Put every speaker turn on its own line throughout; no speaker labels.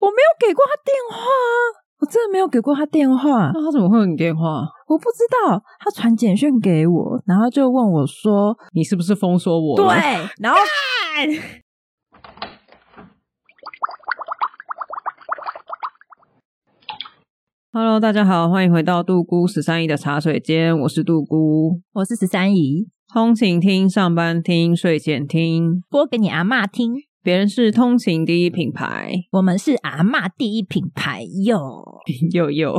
我没有给过他电话啊，我真的没有给过他电话，
那他怎么会有你电话？
我不知道他传简讯给我，然后就问我说，
你是不是封锁我？
对，然后
，Hello，大家好，欢迎回到杜姑十三姨的茶水间，我是杜姑。
我是十三姨，
通勤听、上班听、睡前听，
播给你阿嬷听，
别人是通勤第一品牌，
我们是阿嬷第一品牌哟，
又又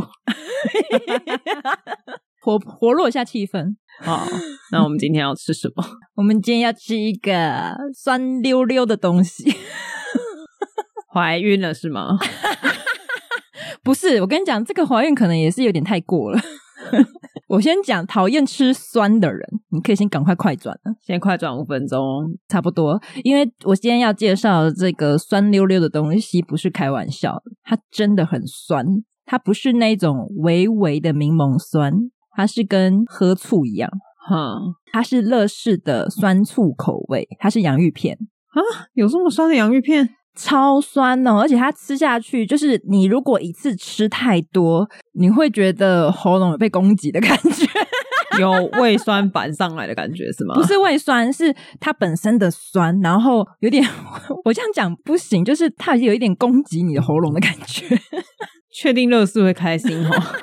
活活络一下气氛。
好，那我们今天要吃什么？
我们今天要吃一个酸溜溜的东西，
怀孕了是吗？
不是我跟你讲，这个怀孕可能也是有点太过了。 我先讲讨厌吃酸的人，你可以先赶快快转啊了，
先快转五分钟，
差不多，因为我今天要介绍的这个酸溜溜的东西不是开玩笑的，它真的很酸，它不是那种微微的柠檬酸，它是跟喝醋一样，
哼，
它是乐事的酸醋口味，它是洋芋片。
有这么酸的洋芋片？
超酸哦，而且它吃下去，就是你如果一次吃太多，你会觉得喉咙有被攻击的感觉，
有胃酸板上来的感觉是吗？
不是胃酸，是它本身的酸，然后有点， 我这样讲不行，就是它有一点攻击你的喉咙的感觉。
确定乐视会开心哦。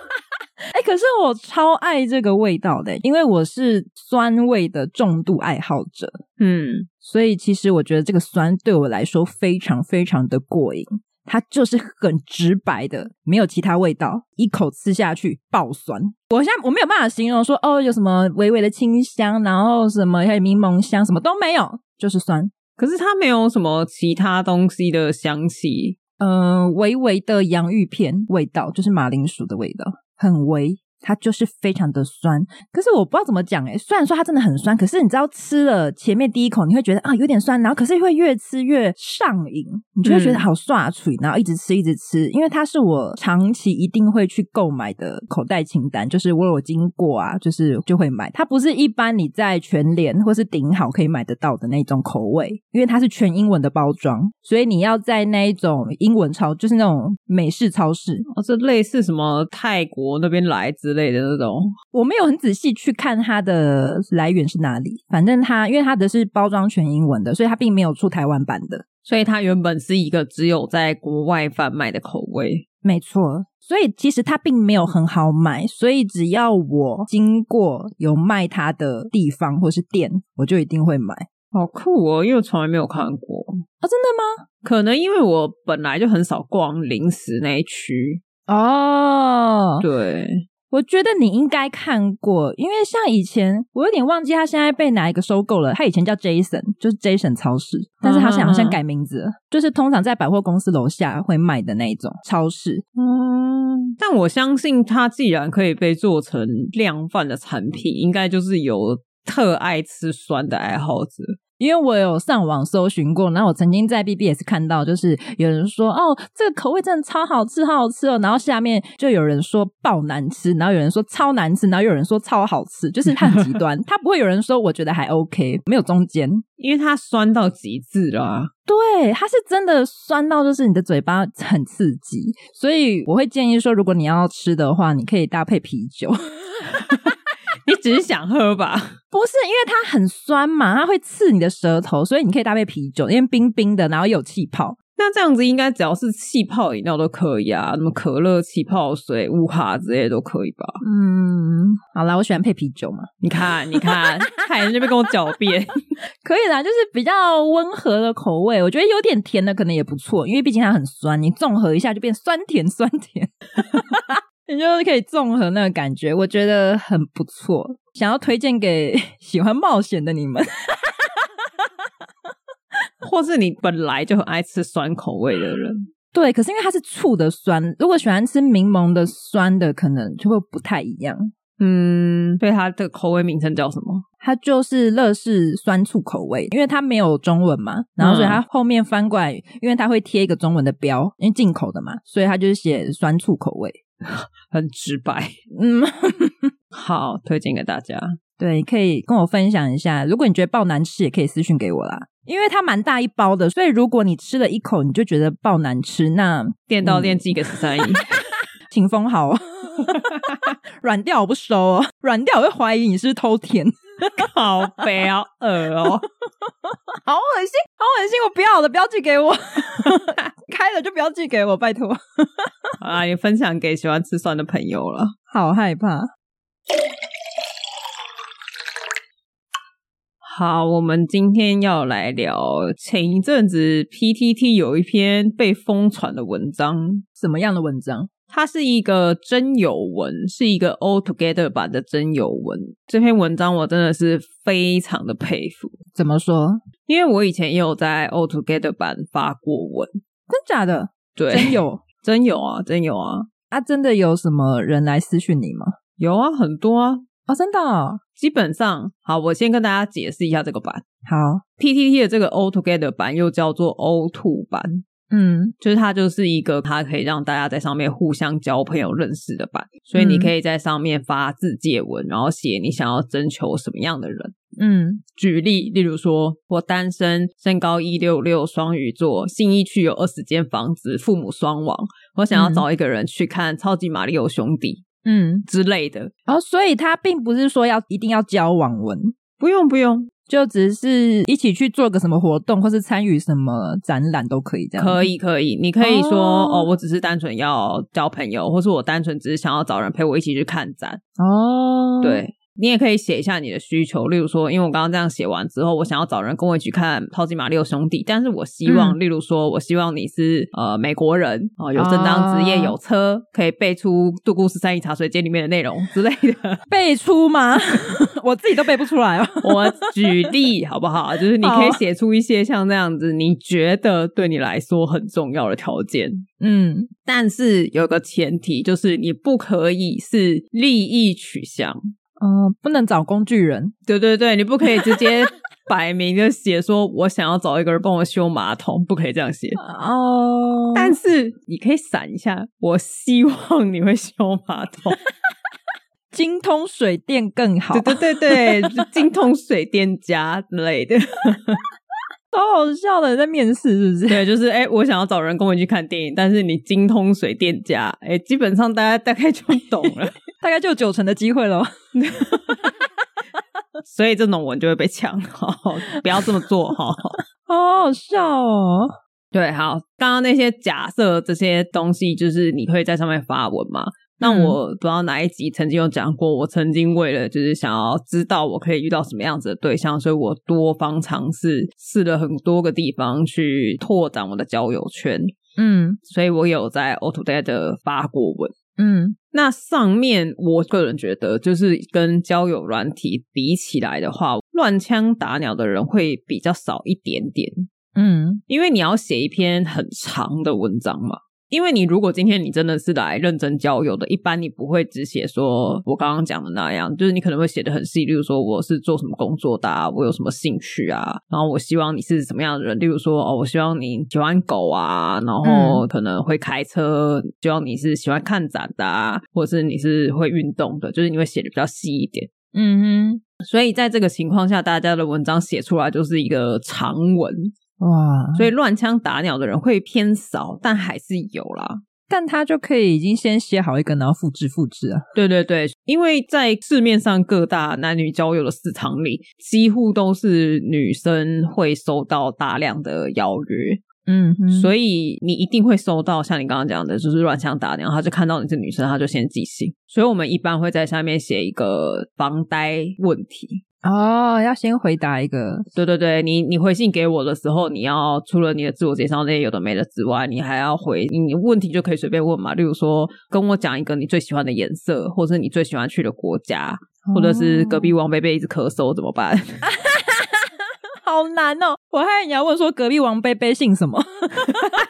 哎、可是我超爱这个味道的，因为我是酸味的重度爱好者，
嗯，
所以其实我觉得这个酸对我来说非常非常的过瘾，它就是很直白的，没有其他味道，一口吃下去爆酸。我现在我没有办法形容说哦，有什么微微的清香，然后什么还有柠檬香，什么都没有，就是酸。
可是它没有什么其他东西的香气，
嗯、微微的洋芋片味道，就是马铃薯的味道，很微。它就是非常的酸，可是我不知道怎么讲诶、虽然说它真的很酸，可是你知道吃了前面第一口，你会觉得啊有点酸，然后可是会越吃越上瘾，你就会觉得
嗯
好刷嘴，然后一直吃一直吃，因为它是我长期一定会去购买的口袋清单，就是我有经过啊，就是就会买。它不是一般你在全联或是顶好可以买得到的那种口味，因为它是全英文的包装，所以你要在那一种英文超，就是那种美式超市，
哦，这类似什么泰国那边来之类的那种，
我没有很仔细去看它的来源是哪里，反正它因为它的是包装全英文的，所以它并没有出台湾版的。
所以它原本是一个只有在国外贩卖的口味。
没错，所以其实它并没有很好买，所以只要我经过有卖它的地方或是店，我就一定会买。啊、
好酷哦，因为我从来没有看过。
哦真的吗？
可能因为我本来就很少逛零食那一区，
哦，
对，
我觉得你应该看过，因为像以前我有点忘记它现在被哪一个收购了。它以前叫 Jason，就是 Jason 超市，但是它现在好像改名字了，就是通常在百货公司楼下会卖的那一种超市。
嗯，但我相信它既然可以被做成量贩的产品，应该就是有特爱吃酸的爱好者。
因为我有上网搜寻过，然后我曾经在 BBS 看到，就是有人说哦，这个口味真的超好吃，好好吃哦。然后下面就有人说爆难吃，然后有人说超难吃，然后有人说超好吃，就是它很极端，它不会有人说我觉得还 OK，没有中间。
因为它酸到极致啦、
对，它是真的酸到，就是你的嘴巴很刺激，所以我会建议说，如果你要吃的话，你可以搭配啤酒，
你只是想喝吧？
不是因为它很酸嘛，它会刺你的舌头，所以你可以搭配啤酒，因为冰冰的，然后有气泡。
那这样子应该只要是气泡饮料都可以啊，什么可乐、气泡水、乌哈之类的都可以吧？
嗯，好啦，我喜欢配啤酒嘛，
你看，你看，看人这边跟我狡辩，
可以啦，就是比较温和的口味，我觉得有点甜的可能也不错，因为毕竟它很酸，你综合一下就变酸甜酸甜， 你就可以综合那个感觉，我觉得很不错，想要推荐给 喜欢冒险的你们。
或是你本来就很爱吃酸口味的人，
对，可是因为它是醋的酸，如果喜欢吃柠檬的酸的，可能就会不太一样。
嗯，对，它的口味名称叫什么？
它就是乐事酸醋口味，因为它没有中文嘛，然后所以它后面翻过来，因为它会贴一个中文的标，因为进口的嘛，所以它就是写酸醋口味。
很直白。
嗯，
好，推荐给大家。
对，可以跟我分享一下。如果你觉得爆难吃，也可以私讯给我啦，因为它蛮大一包的，所以如果你吃了一口你就觉得爆难吃，那
电到电击给十三亿，
请封好哦， 软掉我不收哦，软掉我会怀疑你是不是偷舔。
好悲好恶哦。
好恶心，好恶心！我不要了，不要寄给我， 开了就不要寄给我，拜托。
好啦，也分享给喜欢吃酸的朋友了。
好害怕，
好，我们今天要来聊前一阵子 PTT 有一篇被疯传的文章，
什么样的文章？
它是一个真有文，是一个 All Together 版的真有文。这篇文章我真的是非常的佩服，
怎么说？
因为我以前也有在 All Together 版发过文，
真假的？
对，
真有
真有啊，真有啊，
啊？真的有什么人来私讯你吗？
有啊，很多啊。
哦，真的、哦？
基本上，好，我先跟大家解释一下这个版
好，
PTT 的这个 All Together 版，又叫做 O Two 版，
嗯
就是它就是一个它可以让大家在上面互相交朋友、认识的版，所以你
嗯
可以在上面发自介文，然后写你想要征求什么样的人。
嗯
举例，例如说，我单身，身高一六六，双鱼座，信义区有二十间房子，父母双亡，我想要
嗯
找一个人去看《超级马里奥兄弟》
嗯。
之类的。
哦，所以他并不是说要一定要交网文，
不用，不用，
就只是一起去做个什么活动，或是参与什么展览都可以这样。
可以，可以，你可以说
哦
哦我只是单纯要交朋友，或是我单纯只是想要找人陪我一起去看展。
哦，
对你也可以写一下你的需求，例如说，因为我刚刚这样写完之后，我想要找人跟我一起看《超级马里奥兄弟》，但是我希望，例如说，我希望你是呃美国人哦、有正当职业，
哦
有车，可以背出《杜故事三一茶水间》里面的内容之类的。
背出吗？ 我自己都背不出来哦。
我举例好不好？就是你可以
好
写出一些像这样子，你觉得对你来说很重要的条件。
嗯，
但是有个前提，就是你不可以是利益取向。
哦，不能找工具人
对对对，你不可以直接 摆明的写说我想要找一个人帮我修马桶，不可以这样写。
哦但
但是你可以闪一下，我希望你会修马桶。
精通水电更好，
对对对对，精通水电家之类的。
好好笑的，在面试是不是？
对，就是哎、我想要找人跟我去看电影，但是你精通水电家，哎、基本上大家大概就懂了。
大概就有九成的机会咯。
所以这种文就会被抢， 哈哈不要这么做哈。
好好笑哦，
对，好，刚刚那些假设这些东西，就是你可以在上面发文嘛。那
嗯
我不知道哪一集曾经有讲过，我曾经为了就是想要知道我可以遇到什么样子的对象，所以我多方尝试，试了很多个地方去拓展我的交友圈，
嗯
所以我有在 o t o d a y 的发过文。
嗯
那上面我个人觉得，就是跟交友软体比起来的话，乱枪打鸟的人会比较少一点点。
嗯
因为你要写一篇很长的文章嘛。因为你如果今天你真的是来认真交友的，一般你不会只写说我刚刚讲的那样，就是你可能会写的很细，例如说我是做什么工作的、啊，我有什么兴趣啊，然后我希望你是什么样的人，例如说哦，我希望你喜欢狗啊，然
嗯
后可能会开车，希望你是喜欢看展的啊，或者是你是会运动的，就是你会写的比较细一点。
嗯
所以在这个情况下，大家的文章写出来就是一个长文，
哼，哇！
所以乱枪打鸟的人会偏少，但还是有啦。
但他就可以已经先写好一个，然后复制复制啊。
对对对，因为在市面上各大男女交友的市场里，几乎都是女生会收到大量的邀约，
嗯哼
所
以
以你一定会收到像你刚刚讲的，就是乱枪打鸟，他就看到你是女生，他就先寄信。所以我们一般会在下面写一个房贷问题，
哦，要先回答一个，
对对对，你你回信给我的时候，你要除了你的自我介绍那些有的没的之外，你还要回你问题就可以随便问嘛，例如说跟我讲一个你最喜欢的颜色，或是你最喜欢去的国家，或者是隔
哦
壁王贝贝一直咳嗽怎么办？
哦好难哦。我还以为你要问说隔壁王贝贝姓什么？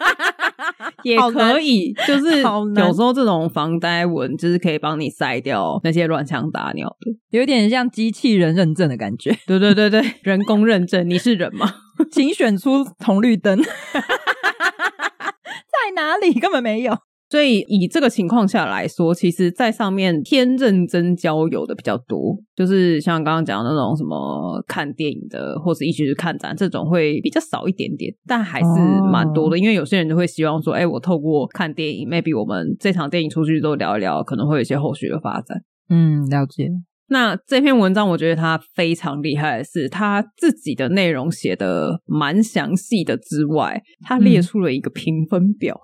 也
好难
可以，就是
好难
有时候这种防呆文就是可以帮你筛掉那些乱枪打鸟的。
有点像机器人认证的感觉，
对对对 对，人工认证，你是人吗？
请选出红绿灯， 在哪里根本没有。
所以以这个情况下来说，其实，在上面偏认真交友的比较多，就是像刚刚讲的那种什么看电影的，或是一起去看展这种会比较少一点点，但还是蛮多的。因为有些人就会希望说，哎、我透过看电影，maybe 我们这场电影出去之后聊一聊，可能会有一些后续的发展。
嗯，了解。
那这篇文章，我觉得他非常厉害的是，他自己的内容写的蛮详细的之外，他列
嗯
出了一个评分表。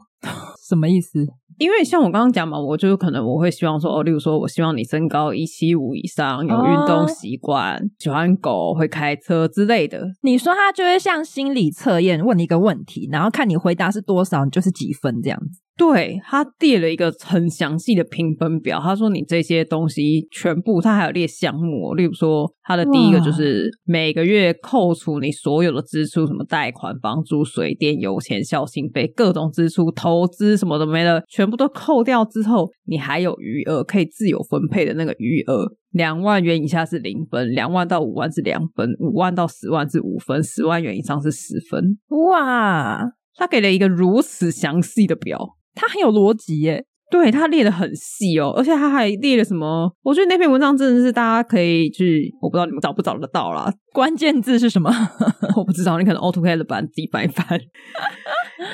什么意思？
因为像我刚刚讲嘛，我就可能我会希望说，哦，例如说我希望你身高一七五以上，有运动习惯，喜欢狗，会开车之类的。
你说他就会像心理测验，问你一个问题，然后看你回答是多少，你就是几分这样子。
对他列了一个很详细的评分表，他说你这些东西全部，他还有列项目哦，例如说他的第一个
哇
就是每个月扣除你所有的支出，什么贷款、房租、水电、油钱、孝心费、各种支出、投资什么的没了，全部都扣掉之后，你还有余额可以自由分配的那个余额。两万元以下是零分，两万到五万是两分，五万到十万是五分，十万元以上是十分。
哇，
他给了一个如此详细的表，
他很有逻辑耶。
对他列的很细哦，而且他还列了什么？我觉得那篇文章真的是大家可以去，我不知道你们找不找得到啦，
关键字是什么？
我不知道，你可能 AutoCAD 版底白翻，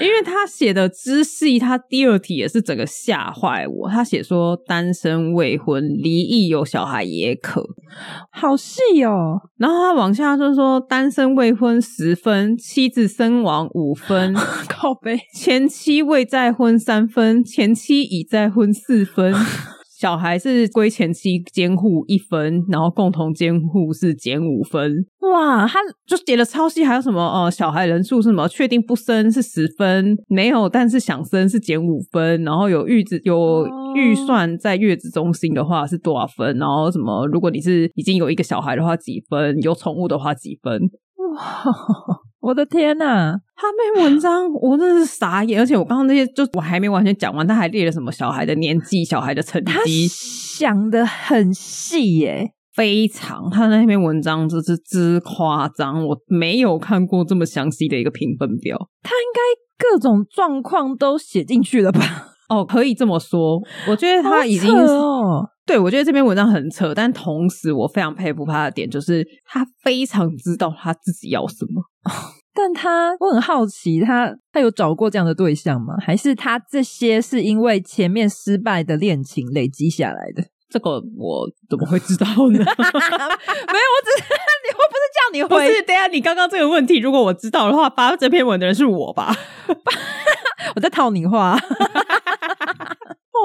因为他写的知细，他第二题也是整个吓坏我。他写说单身、未婚、离异、有小孩也可，
好细哦，
然后他往下就是说单身、未婚十分，妻子身亡五分，
靠背。
前妻未再婚三分，前妻已再婚四 分，小孩是归前妻监护一分，然后共同监护是减五分，
哇，他
就写了超细，还有什么呃小孩人数是什么确定不生是十分，没有但是想生是减五分，然后有预支有
哦
预算在月子中心的话是多少分，然后什么如果你是已经有一个小孩的话几分，有宠物的话几分，
哇，我的天呐、
他那篇文章我真的是傻眼，而且我刚刚那些就我还没完全讲完，他还列了什么小孩的年纪、小孩的成
他
绩，
想的很细耶。
非常他那篇文章就是之夸张，我没有看过这么详细的一个评分表。
他应该各种状况都写进去了吧？
哦，可以这么说，我觉得他已经
好扯哦，
对我觉得这篇文章很扯，但同时我非常佩服他的点就是他非常知道他自己要什么。
但他我很好奇，他他有找过这样的对象吗？还是他这些是因为前面失败的恋情累积下来的？
这个我怎么会知道呢？
没有，我只是 你我不是叫你
不
回，
是，等一下你刚刚这个问题，如果我知道的话，发这篇文的人是我吧？
我在套你话。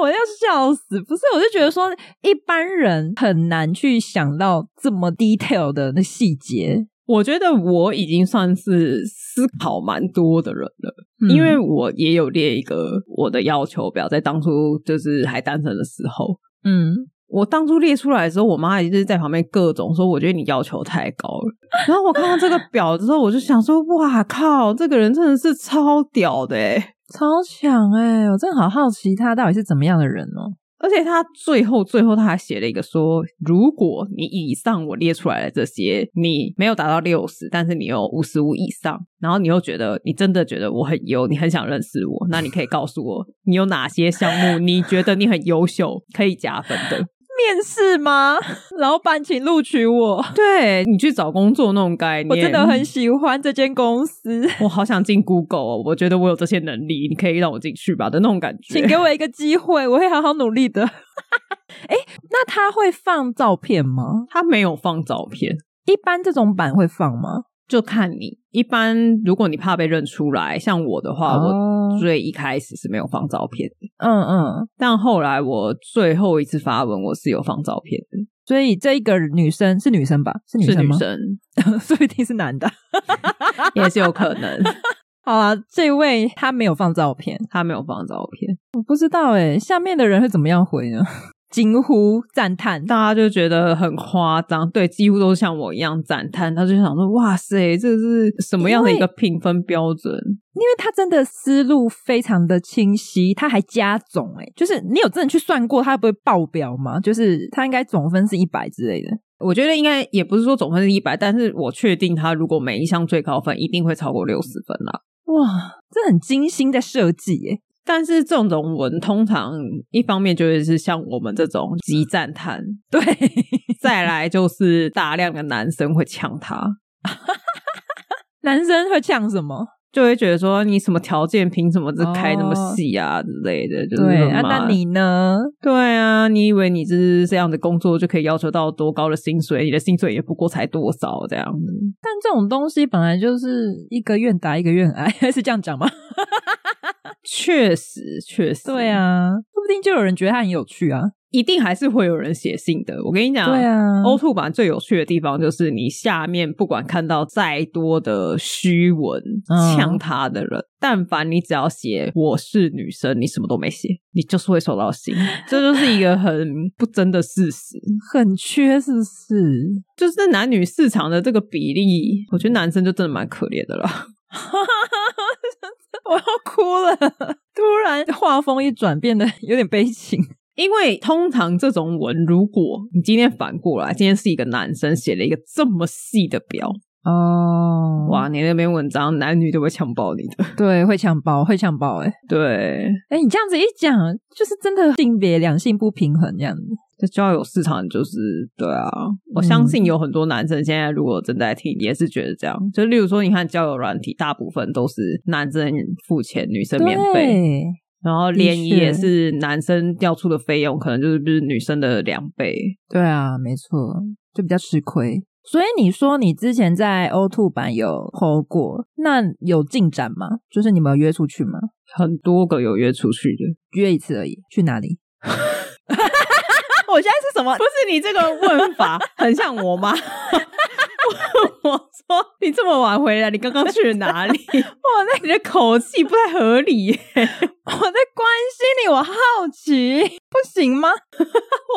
我要笑死！不是，我就觉得说，一般人很难去想到这么 detail 的那细节，
我觉得我已经算是思考蛮多的人了，
嗯
因为我也有列一个我的要求表，在当初就是还单身的时候，
嗯，
我当初列出来的时候，我妈也就是在旁边各种说，我觉得你要求太高了。然后我看到这个表之后，我就想说，哇靠，这个人真的是超屌的欸诶
超强哎、我真的好好奇他到底是怎么样的人哦。
而且他最后最后他还写了一个说，如果你以上我列出来的这些，你没有达到六十，但是你有五十五以上，然后你又觉得你真的觉得我很优，你很想认识我，那你可以告诉我你有哪些项目你觉得你很优秀，可以加分的。
面试 吗？老板，请录取我，
对你去找工作那种概念，
我真的很。喜欢这间公司，
我好想进 Google，、哦、我觉得我有这些能力，你可以让我进去吧的那种感觉。
请给我一个机会，我会好好努力 的。哎、那他会放照片吗？
他没有放照片，
一般这种版会放吗？
就看你。一般如果你怕被认出来，像我的话，我
哦
最一开始是没有放照片的，
嗯嗯，
但后来我最后一次发文，我是有放照片的，
所以这一个女生是女生吧？是女
是
生
女
吗？
生，
所以一定是男的。
也是有可能
好啊，这位他没有放照片，
他没有放照片。
欸我不知道哎、下面的人会怎么样回呢？惊呼赞叹。
大家就觉得很夸张，对，几乎都像我一样赞叹。他就想说：“哇塞，这是什么样的一个评分标准
因为他真的思路非常的清晰，他还加总、欸，就是你有真的去算过他会不会爆表吗？就是他应该总分是一百之类的。？”
我觉得应该也不是说总分是一百，但是我确定他如果每一项最高分一定会超过六十分啦。
哇，这很精心在设计欸耶！
但是这种文通常一方面就会是像我们这种极赞叹，
对，
再来就是大量的男生会呛他，
男生会呛什么？
就会觉得说你什么条件凭什么这开那么
哦
细啊之类的，就是
对
很
啊，
麻
那你呢？
对啊，你以为你就是这样的工作就可以要求到多高的薪水？你的薪水也不过才多少这样子。
但这种东西本来就是一个愿打一个愿挨， 是这样讲吗？
确实，确实，
对，啊，说不定就有人觉得他很有趣啊。
一定还是会有人写信的。我跟你讲，
对啊，
O two 版最有趣的地方就是，你下面不管看到再多的虚文
嗯
呛他的人，但凡你只要写我是女生，你什么都没写，你就是会收到信。这就是一个很不争的事实，
很缺是 不是？
就是男女市场的这个比例，我觉得男生就真的蛮可怜的了。
我要哭了！突然画风一转，变得有点悲情。
因为通常这种文，如果你今天反过来，今天是一个男生写了一个这么细的表，
哦，
哇，你那篇文章男女都会强暴你的。
对，会抢包，会抢包、欸，哎
对，
哎，你这样子一讲，就是真的性别两性不平衡这样子。
这交友市场就是对啊，我相
嗯
信有很多男生现在如果正在听，也是觉得这样。就例如说，你看交友软体，大部分都是男生付钱，女生免费，
对，
然后
的
联谊
确
也是男生要出的费用，可能就是不是女生的两倍。
对啊，没错，就比较吃亏。所以你说你之前在 O Two 版有 PO 过，那有进展吗？就是你们有约出去吗？
很多个有约出去的，
约一次而已，去哪里？ 我现在是什么
不？是你这个问法很像我妈。 我说你这么晚回来，你刚刚去了哪 里？哇，那你的口气不太合理 耶！
我在关心你，我好奇，不行吗？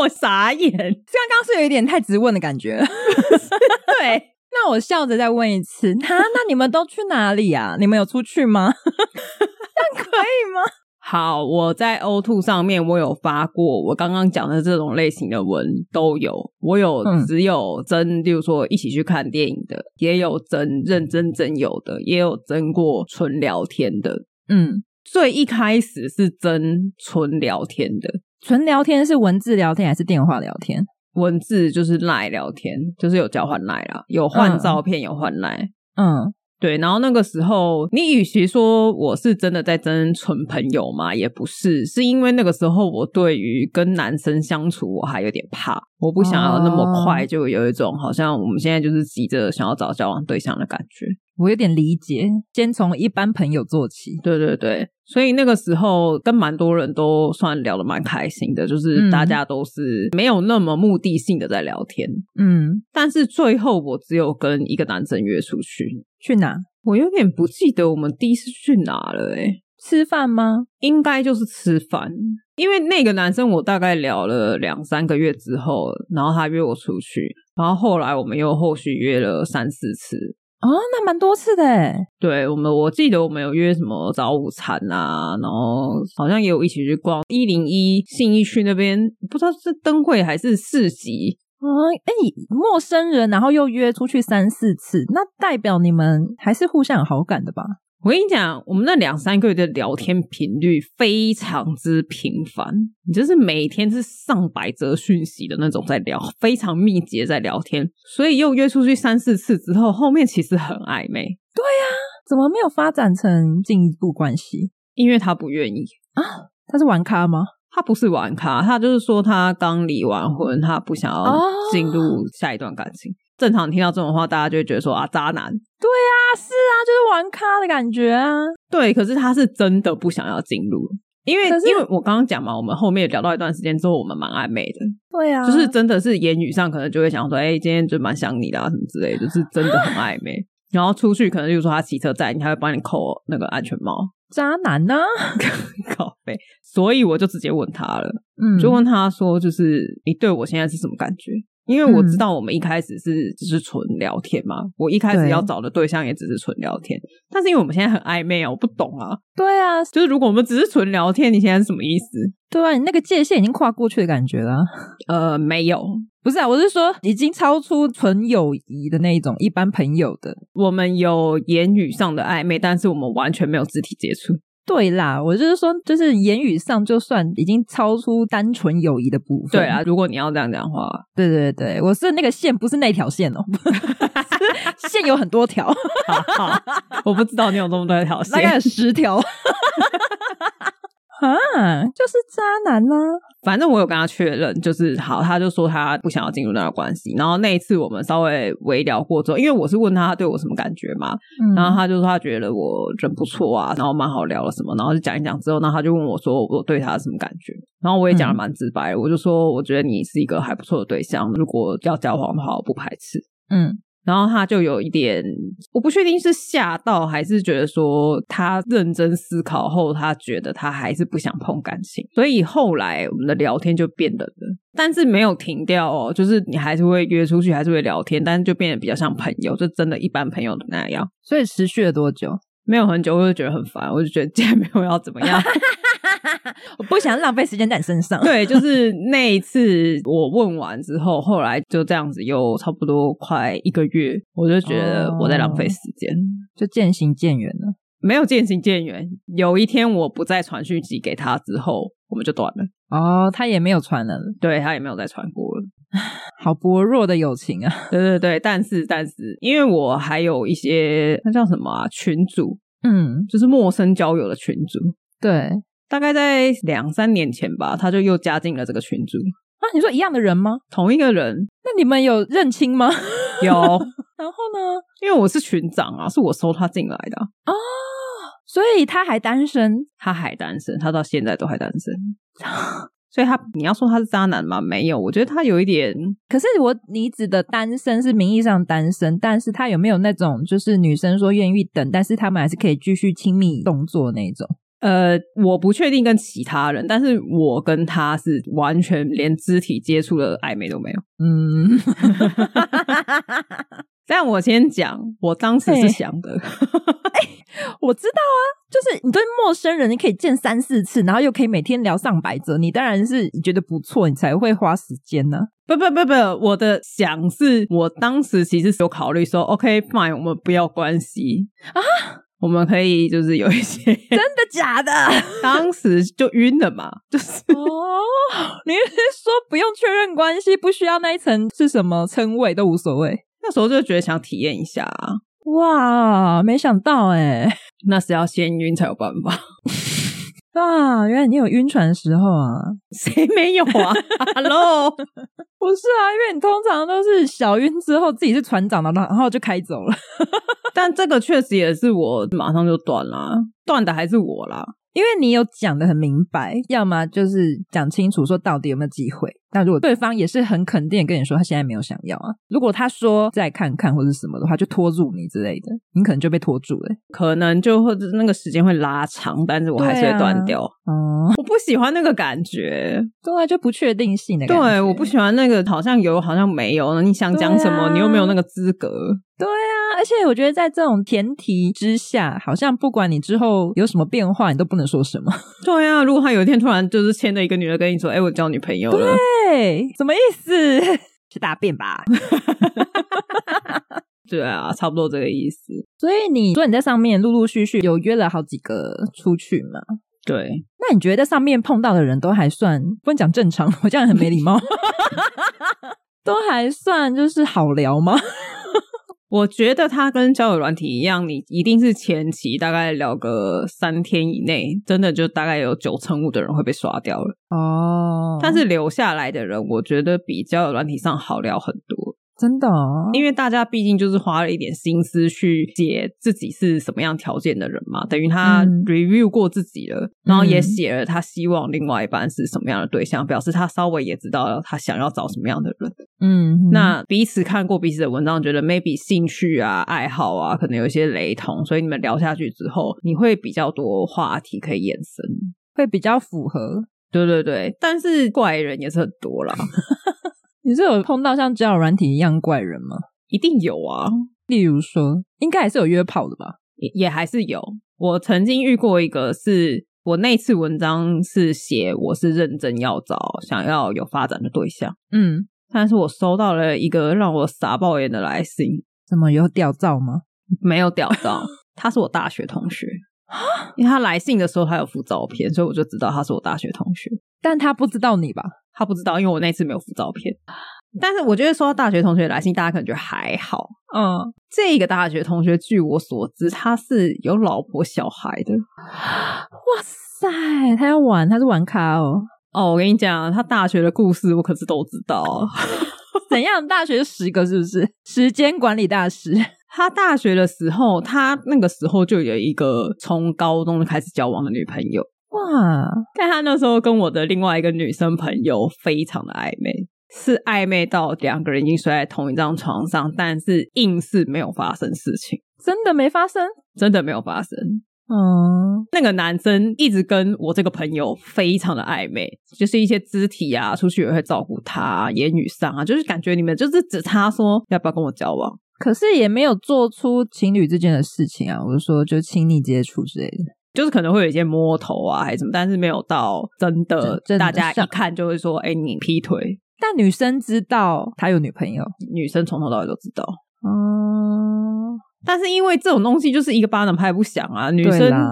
我傻眼。
刚刚是有一点太直问的感觉。
对，
那我笑着再问一次，那那你们都去哪里啊？你们有出去吗？这样可以吗？
好，我在 O Two 上面我有发过我刚刚讲的这种类型的文都有，我有
嗯
只有真，例如说一起去看电影的，也有真认真真有的，也有真过纯聊天的。
嗯，
最一开始是真纯聊天的，
纯聊天是文字聊天还是电话聊天？
文字就是赖聊天，就是有交换赖啦，有换
嗯
照片，有换赖。
嗯
对，然后那个时候，你与其说我是真的在争纯朋友嘛，也不是，是因为那个时候我对于跟男生相处我还有点怕，我不想要那么快就有一种好像我们现在就是急着想要找交往对象的感觉。
我有点理解，先从一般朋友做起。
对对对，所以那个时候跟蛮多人都算聊得蛮开心的，就是
嗯
大家都是没有那么目的性的在聊天。
嗯，
但是最后我只有跟一个男生约出去，
去哪？
我有点不记得我们第一次去哪了、欸，
吃饭吗？
应该就是吃饭，因为那个男生我大概聊了两三个月之后，然后他约我出去，然后后来我们又后续约了三四次。
哦，那蛮多次的欸诶。
对我们，我记得我们有约什么早午餐啊，然后好像也有一起去逛一零一信义区那边，不知道是灯会还是市集，
哦，哎，你陌生人，然后又约出去三四次，那代表你们还是互相有好感的吧？
我跟你讲，我们那两三个月的聊天频率非常之频繁，你就是每天是上百则讯息的那种在聊，非常密集地在聊天，所以又约出去三四次之后，后面其实很暧昧，
怎么没有发展成进一步关系？
因为他不愿意，
他是玩咖吗？
他不是玩咖，他就是说他刚离完婚，他不想要
哦
进入下一段感情。正常听到这种话，大家就会觉得说啊，渣男。
啊，是啊，就是玩咖的感觉啊。
对，可是他是真的不想要进入，因为
可是
因为我刚刚讲嘛，我们后面聊到一段时间之后，我们蛮暧昧的。
对啊
就是真的是言语上可能就会想说，哎、今天就蛮想你的啊，什么之类的，就是真的很暧昧。然后出去可能就是
啊
说他骑车载你，他会帮你扣那个安全帽，
渣男呢、
靠背。所以我就直接问他了，
嗯
就问他说，就是你对我现在是什么感觉？因为我
嗯
知道我们一开始是只是纯聊天嘛，我一开始
对
要找的对象也只是纯聊天，但是因为我们现在很暧昧啊，我不懂啊，
对啊，
就是如果我们只是纯聊天，你现在是什么意思？
对啊，你那个界限已经跨过去的感觉啊啦、
呃，没有，
不是啊，我是说已经超出纯友谊的那一种一般朋友的。
我们有言语上的暧昧，但是我们完全没有肢体接触。
对啦，我就是说，就是言语上就算已经超出单纯友谊的部分。
对啊，，如果你要这样讲的话，
对对对，我是那个线，不是那条 线哦，是线有很多条，
我不知道你有这么多条
大概
线
有。十条。啊，就是渣男啊呢、
反正我有跟他确认，就是好，他就说他不想要进入那段关系。然后那一次我们稍微微聊过之后，因为我是问他他对我什么感觉嘛，
嗯
然后他就说他觉得我人不错啊，然后蛮好聊了什么，然后就讲一讲之后，然后他就问我说我对他什么感觉，然后我也讲的蛮直白的，我就说我觉得你是一个还不错的对象，如果要交往的话，我不排斥。
嗯
然后他就有一点，我不确定是吓到还是觉得说他认真思考后，他觉得他还是不想碰感情，所以后来我们的聊天就变冷了，但是没有停掉哦，就是你还是会约出去，还是会聊天，但是就变得比较像朋友，就真的一般朋友的那样。
所以持续了多久？
没有很久，我就觉得很烦，我就觉得既然没有要怎么样，
我不想浪费时间在你身上。
对，就是那一次我问完之后，后来就这样子，又差不多快一个月，我就觉得我在浪费时间。
哦就渐行渐远了。
没有渐行渐远。有一天我不再传讯息给他之后，我们就断了。
哦，他也没有传了，
对他也没有再传过了。
好薄弱的友情啊。
对对对，但是但是，因为我还有一些那叫什么啊，群主，
嗯，
就是陌生交友的群主。
对。
大概在两三年前吧，他就又加进了这个群组，
啊，你说一样的人吗？
同一个人
那你们有认亲吗？
有，
然后呢？
因为我是群长啊，是我收他进来的啊、
哦，所以他还单身。
他还单身，他到现在都还单身， 所以他你要说他是渣男吗？没有，我觉得他有一点
可是我你指的单身是名义上单身，但是他有没有那种就是女生说愿意等，但是他们还是可以继续亲密动作那种？
呃，我不确定跟其他人，但是我跟他是完全连肢体接触的暧昧都没有。
嗯，
但我先讲，我当时
嘿
是想的，
我知道啊，就是你对陌生人你可以见三四次，然后又可以每天聊上百则，你当然是觉得不错，你才会花时间呢、
不不不不，我的想是，我当时其实有考虑说，OK fine，我们不要关系啊，我们可以就是有一些，
真的假的？
当时就晕了嘛，就是
哦， 你是说不用确认关系，不需要那一层是什么称谓都无所谓？
那时候就觉得想体验一下、啊，
哇，没想到哎、
那是要先晕才有办法，
啊，原来你有晕船的时候啊？
谁没有啊？Hello，
不是啊，因为你通常都是小晕之后自己是船长的，然后就开走了。
但这个确实也是我马上就断啦，断的还是我啦。
因为你有讲的很明白，要么就是讲清楚说到底有没有机会。那如果对方也是很肯定地跟你说他现在没有想要啊，如果他说再看看或者什么的话，就拖住你之类的，你可能就被拖住了、
可能就会那个时间会拉长，但是我还是
对啊
会断掉。
哦、
我不喜欢那个感觉，
对啊，就不确定性的感觉。
对，我不喜欢那个好像有好像没有，你想讲什
对
么、
啊
你又没有那个资格。
对啊，而且我觉得在这种前提之下，好像不管你之后有什么变化，你都不能说什么。
对啊，如果他有一天突然就是牵着一个女的跟你说：“哎、我交女朋友了。
对，啊什么意思？ 去大便吧。”
对啊，差不多这个意思。
所以你说你在上面陆陆续续有约了好几个出去嘛？
对，
那你觉得在上面碰到的人都还算不能讲正常，我这样很没礼貌， 都还算就是好聊吗？
我觉得它跟交友软体一样，你一定是前期大概聊个三天以内，真的就大概有九成五的人会被刷掉了。
哦
但是留下来的人，我觉得比交友软体上好聊很多，
真的、哦，
因为大家毕竟就是花了一点心思去写自己是什么样条件的人嘛，等于他
嗯
review 过自己了，然后也写了他希望另外一半是什么样的对象，表示他稍微也知道了他想要找什么样的人。
嗯，
那彼此看过彼此的文章，觉得 maybe 兴趣啊、爱好啊，可能有一些雷同，所以你们聊下去之后，你会比较多话题可以延伸。
会比较符合。
对对对，但是怪人也是很多啦，
你是有碰到像交友软体一样怪人吗？
一定有啊，
例如说，应该还是有约炮的吧？
也也还是有。我曾经遇过一个是，我那次文章是写我是认真要找想要有发展的对象，
嗯，
但是我收到了一个让我傻爆眼的来信，
怎么有屌照吗？
没有屌照，他是我大学同学。因为他来信的时候，他有附照片，所以我就知道他是我大学同学。
但他不知道你吧？
他不知道，因为我那次没有附照片。但是我觉得说到大学同学来信，大家可能觉得还好。
嗯，
这个大学同学，据我所知，他是有老婆小孩的。
哇塞，他要玩，他是玩咖 哦。
哦，我跟你讲，他大学的故事我可是都知道。哦
怎样？大学十个是不是？时间管理大师？
他大学的时候，他那个时候就有一个从高中就开始交往的女朋友，
哇，
但他那时候跟我的另外一个女生朋友非常的暧昧，是暧昧到两个人已经睡在同一张床上，但是硬是没有发生事情，
真的没发生？
真的没有发生。
嗯，
那个男生一直跟我这个朋友非常的暧昧，就是一些肢体啊，出去也会照顾他、言语上啊，就是感觉你们就是只差说要不要跟我交往。
可是也没有做出情侣之间的事情啊。我是说，就亲密接触之类的。
就是可能会有一些摸头啊，还是什么，但是没有到真的，
真真的
大家一
上
看就会说，哎、你劈腿。
但女生知道他有女朋友，
女生从头到尾都知道，
嗯，
但是因为这种东西就是一个巴掌拍不响啊，女
对
生
啦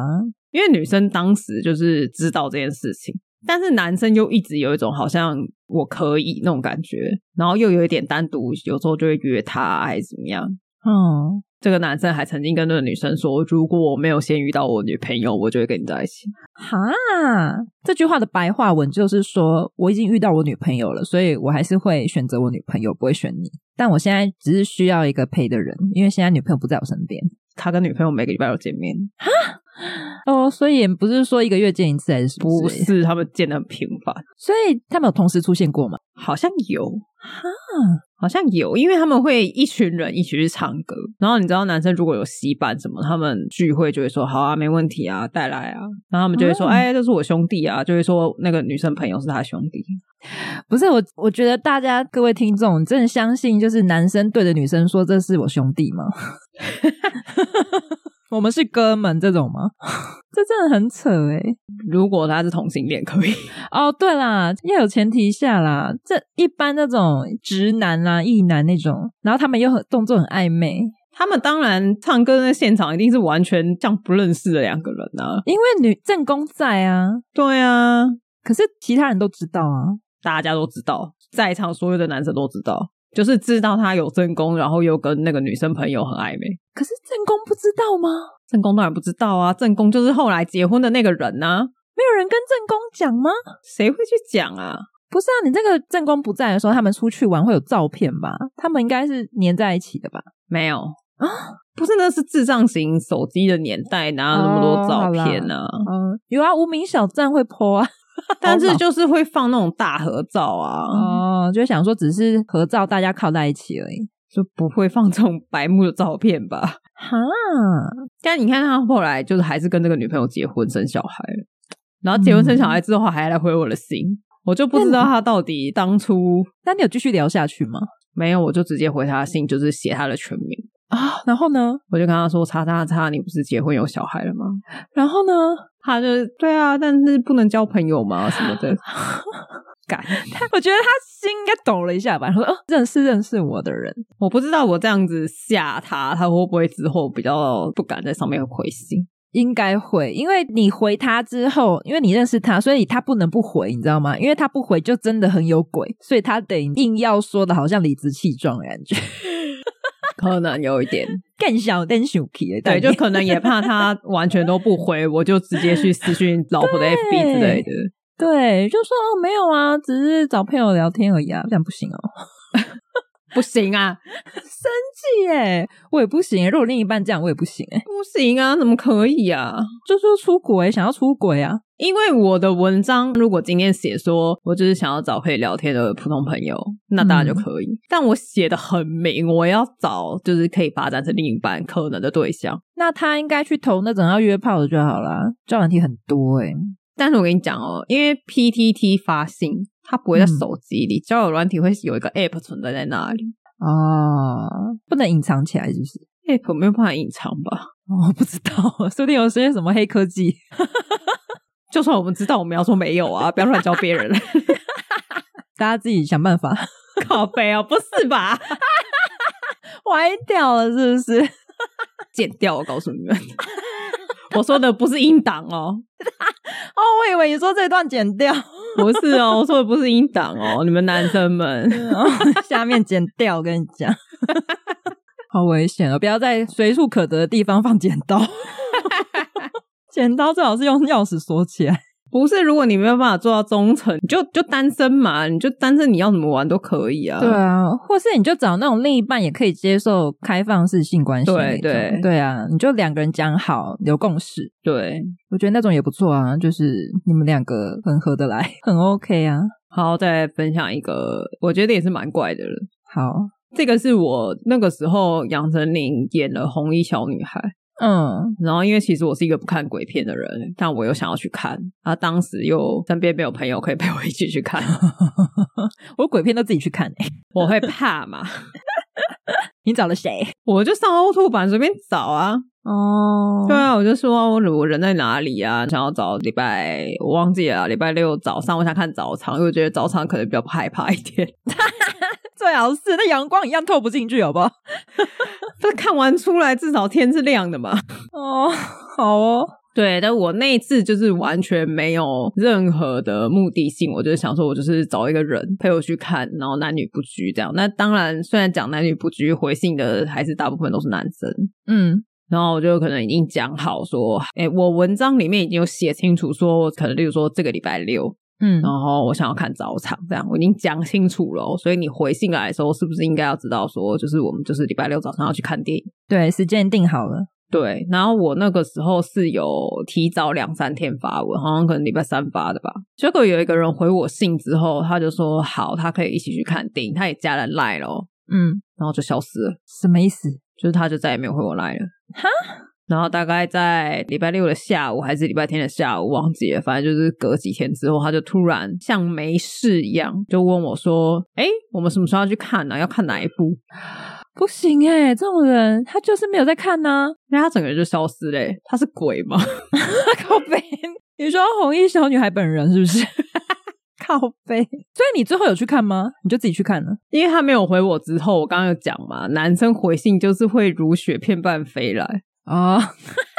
因为女生当时就是知道这件事情，但是男生又一直有一种好像我可以那种感觉，然后又有一点单独，有时候就会约她还是怎么样。
嗯，
这个男生还曾经跟那个女生说：“如果我没有先遇到我女朋友，我就会跟你在一起。
哈，这句话的白话文就是说，我已经遇到我女朋友了，所以我还是会选择我女朋友，不会选你。但我现在只是需要一个陪的人，因为现在女朋友不在我身边。”
他跟女朋友每个礼拜都见面，
哦，所以也不是说一个月见一次，还是什么
不
之类的
是他们见的很频繁，
所以他们有同时出现过吗？
好像有好像有，因为他们会一群人一起去唱歌，然后你知道男生如果有洗版什么，他们聚会就会说好啊，没问题啊，带来啊，然后他们就会说，
哦
哎、这是我兄弟啊，就会说那个女生朋友是他兄弟，
不是我，我觉得大家各位听众你真的相信，就是男生对着女生说这是我兄弟吗？ 我们是哥们这种吗？ 这真的很扯哎、
如果他是同性恋可以，
哦，对啦，要有前提下啦。这一般那种直男啦、异男那种，然后他们又很动作很暧昧，
他们当然唱歌的现场一定是完全像不认识的两个人啊，
因为女正宫在啊，
对啊，
可是其他人都知道啊。
大家都知道，在场所有的男生都知道，就是知道他有正宫，然后又跟那个女生朋友很暧昧。
可是正宫不知道吗？
正宫当然不知道啊，正宫就是后来结婚的那个人呐、
没有人跟正宫讲吗？
谁会去讲啊？
不是啊，你这个正宫不在的时候，他们出去玩会有照片吧？他们应该是粘在一起的吧？
没有啊，不是那是智障型手机的年代，哪有那么多照片呢、
嗯，有啊，无名小站会 po 啊。
但是就是会放那种大合照啊，
哦，就想说只是合照，大家靠在一起而已。
就不会放这种白目的照片吧？
哈，
但你看他后来就是还是跟那个女朋友结婚生小孩了，然后结婚生小孩之后还来回我的信，我就不知道他到底当初
那你有继续聊下去吗？
没有，我就直接回他的信，就是写他的全名。
啊，然后呢？
我就跟他说：“叉叉叉，你不是结婚有小孩了吗？”
然后呢？
他就对啊，但是不能交朋友嘛什么的，改。
他我觉得他心应该抖了一下吧，说哦，认识认识我的人，
我不知道我这样子吓他，他会不会之后比较不敢在上面回信？
应该会，因为你回他之后，因为你认识他，所以他不能不回，你知道吗？因为他不回就真的很有鬼，所以他得硬要说的好像理直气壮 的感觉，
可能有一点，
更小更小气的概
对，
念，
就可能也怕他完全都不回，我就直接去私讯老婆的 FB 之类的。
对，就说哦没有啊，只是找朋友聊天而已啊，这样不行哦，
不行啊，
是耶，我也不行，如果另一半这样我也不行哎，
不行啊，怎么可以啊？
就说出轨，想要出轨啊，
因为我的文章如果今天写说我就是想要找可以聊天的普通朋友，那当然就可以。但我写的很明，我要找就是可以发展成另一半可能的对象。
那他应该去投那种要约炮的就好啦，交友软体很多哎、
但是我跟你讲哦，因为 PTT 发信，它不会在手机里，交友软体会有一个 App 存在在那里
哦，不能隐藏起来，是不是？
，App 没有办法隐藏吧？
哦我不知道，说不定有些什么黑科技。
就算我们知道，我们要说没有啊，不要乱教别人。
大家自己想办法，
靠背哦，不是吧？
歪掉了是不是？哦
剪掉，我告诉你们， 我说的不是音档哦，
哦，我以为你说这段剪掉，
不是哦，我说的不是音档哦，你们男 生们，
下面剪掉，我跟你讲， 好危险哦！不要在随处可得的地方放剪刀， 剪刀最好是用钥匙锁起来。
不是，如果你没有办法做到忠诚，你就就单身嘛，你就单身，你要怎么玩都可以啊。
对啊，或是你就找那种另一半也可以接受开放式性关系那种，
对对
对啊，你就两个人讲好，有共识，
对，
我觉得那种也不错啊，就是你们两个很合得来， 很 OK 啊。
好，再分享一个，我觉得也是蛮怪的了。
好，
这个是我那个时候杨丞琳演了《红衣小女孩》，
嗯，
然后因为其实我是一个不看鬼片的人，但我又想要去看，啊，当时又身边没有朋友可以陪我一起去看，
我鬼片都自己去看诶、
我会怕嘛，
你找了谁？
我就上凹凸版随便找啊，
哦
对啊，我就说我我人在哪里啊？想要找礼拜我忘记了啊，礼拜六早上我想看早场，因为我觉得早场可能比较害怕一点。
最好是那阳光一样透不进去，好不好？
但看完出来至少天是亮的嘛。
哦，好哦，
对，但我那一次就是完全没有任何的目的性，我就是想说，我就是找一个人陪我去看，然后男女不拘这样。那当然，虽然讲男女不拘，回信的还是大部分都是男生。
嗯
然后我就可能已经讲好说，哎，我文章里面已经有写清楚说，可能例如说这个礼拜六
嗯
然后我想要看早场，这样我已经讲清楚了哦、所以你回信来的时候，是不是应该要知道说，就是我们就是礼拜六早上要去看电影？
对，时间定好了，
对，然后我那个时候是有提早两三天发文，好像可能礼拜三发的吧。结果有一个人回我信之后，他就说好，他可以一起去看电影，他也加了 line 咯，
嗯，
然后就消失了，
什么意思？
就是他就再也没有回我 line 了。
哈，
然后大概在礼拜六的下午还是礼拜天的下午，忘记了，反正就是隔几天之后，他就突然像没事一样，就问我说：“哎，我们什么时候要去看啊呢、要看哪一部
不行哎、这种人他就是没有在看啊呢、？”
因为他整个人就消失嘞、他是鬼吗？
靠背，你说红衣小女孩本人是不是？ 靠背，所以你最后有去看吗？你就自己去看了。
因为他没有回我之后，我刚刚有讲嘛，男生回信就是会如雪片般飞来，
哦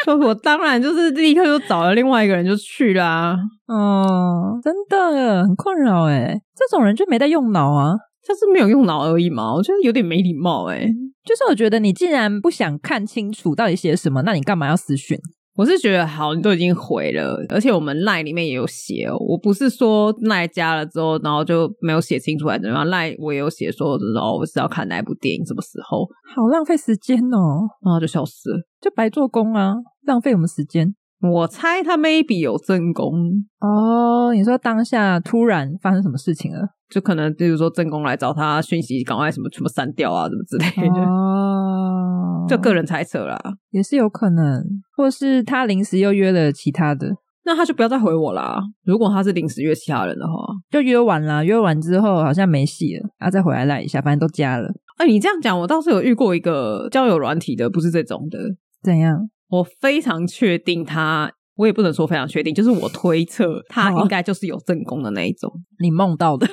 所以我当然 就是立刻就找了另外一个人就去啦。
哦，真的很困扰哎，这种人就没在用脑啊。
但是没有用脑而已嘛，我觉得有点没礼貌哎、
就是我觉得你既然不想看清楚到底写什么，那你干嘛要私讯？
我是觉得好，你都已经回了，而且我们赖里面也有写哦。我不是说赖加了之后，然后就没有写清楚还是怎么样。赖我也有写说，就是哦，我是要看哪一部电影，什么时候，
好浪费时间哦，
然后就消失了。
就白做工啊，浪费我们时间
我猜他 maybe 有正宫，
哦。你说当下突然发生什么事情了？
就可能比如说正宫来找他讯息，赶快什么全部删掉啊，什么之类的。
哦，
就个人猜测啦，
也是有可能，或是他临时又约了其他的，
那他就不要再回我啦。如果他是临时约其他人的话，
就约完啦，约完之后好像没戏了，啊然后再回来赖一下，反正都加了，
哎、你这样讲，我倒是有遇过一个交友软体的，不是这种的，
怎样？
我非常确定他，我也不能说非常确定，就是我推测他
好啊
应该就是有正宫的那一 种。
你梦到的，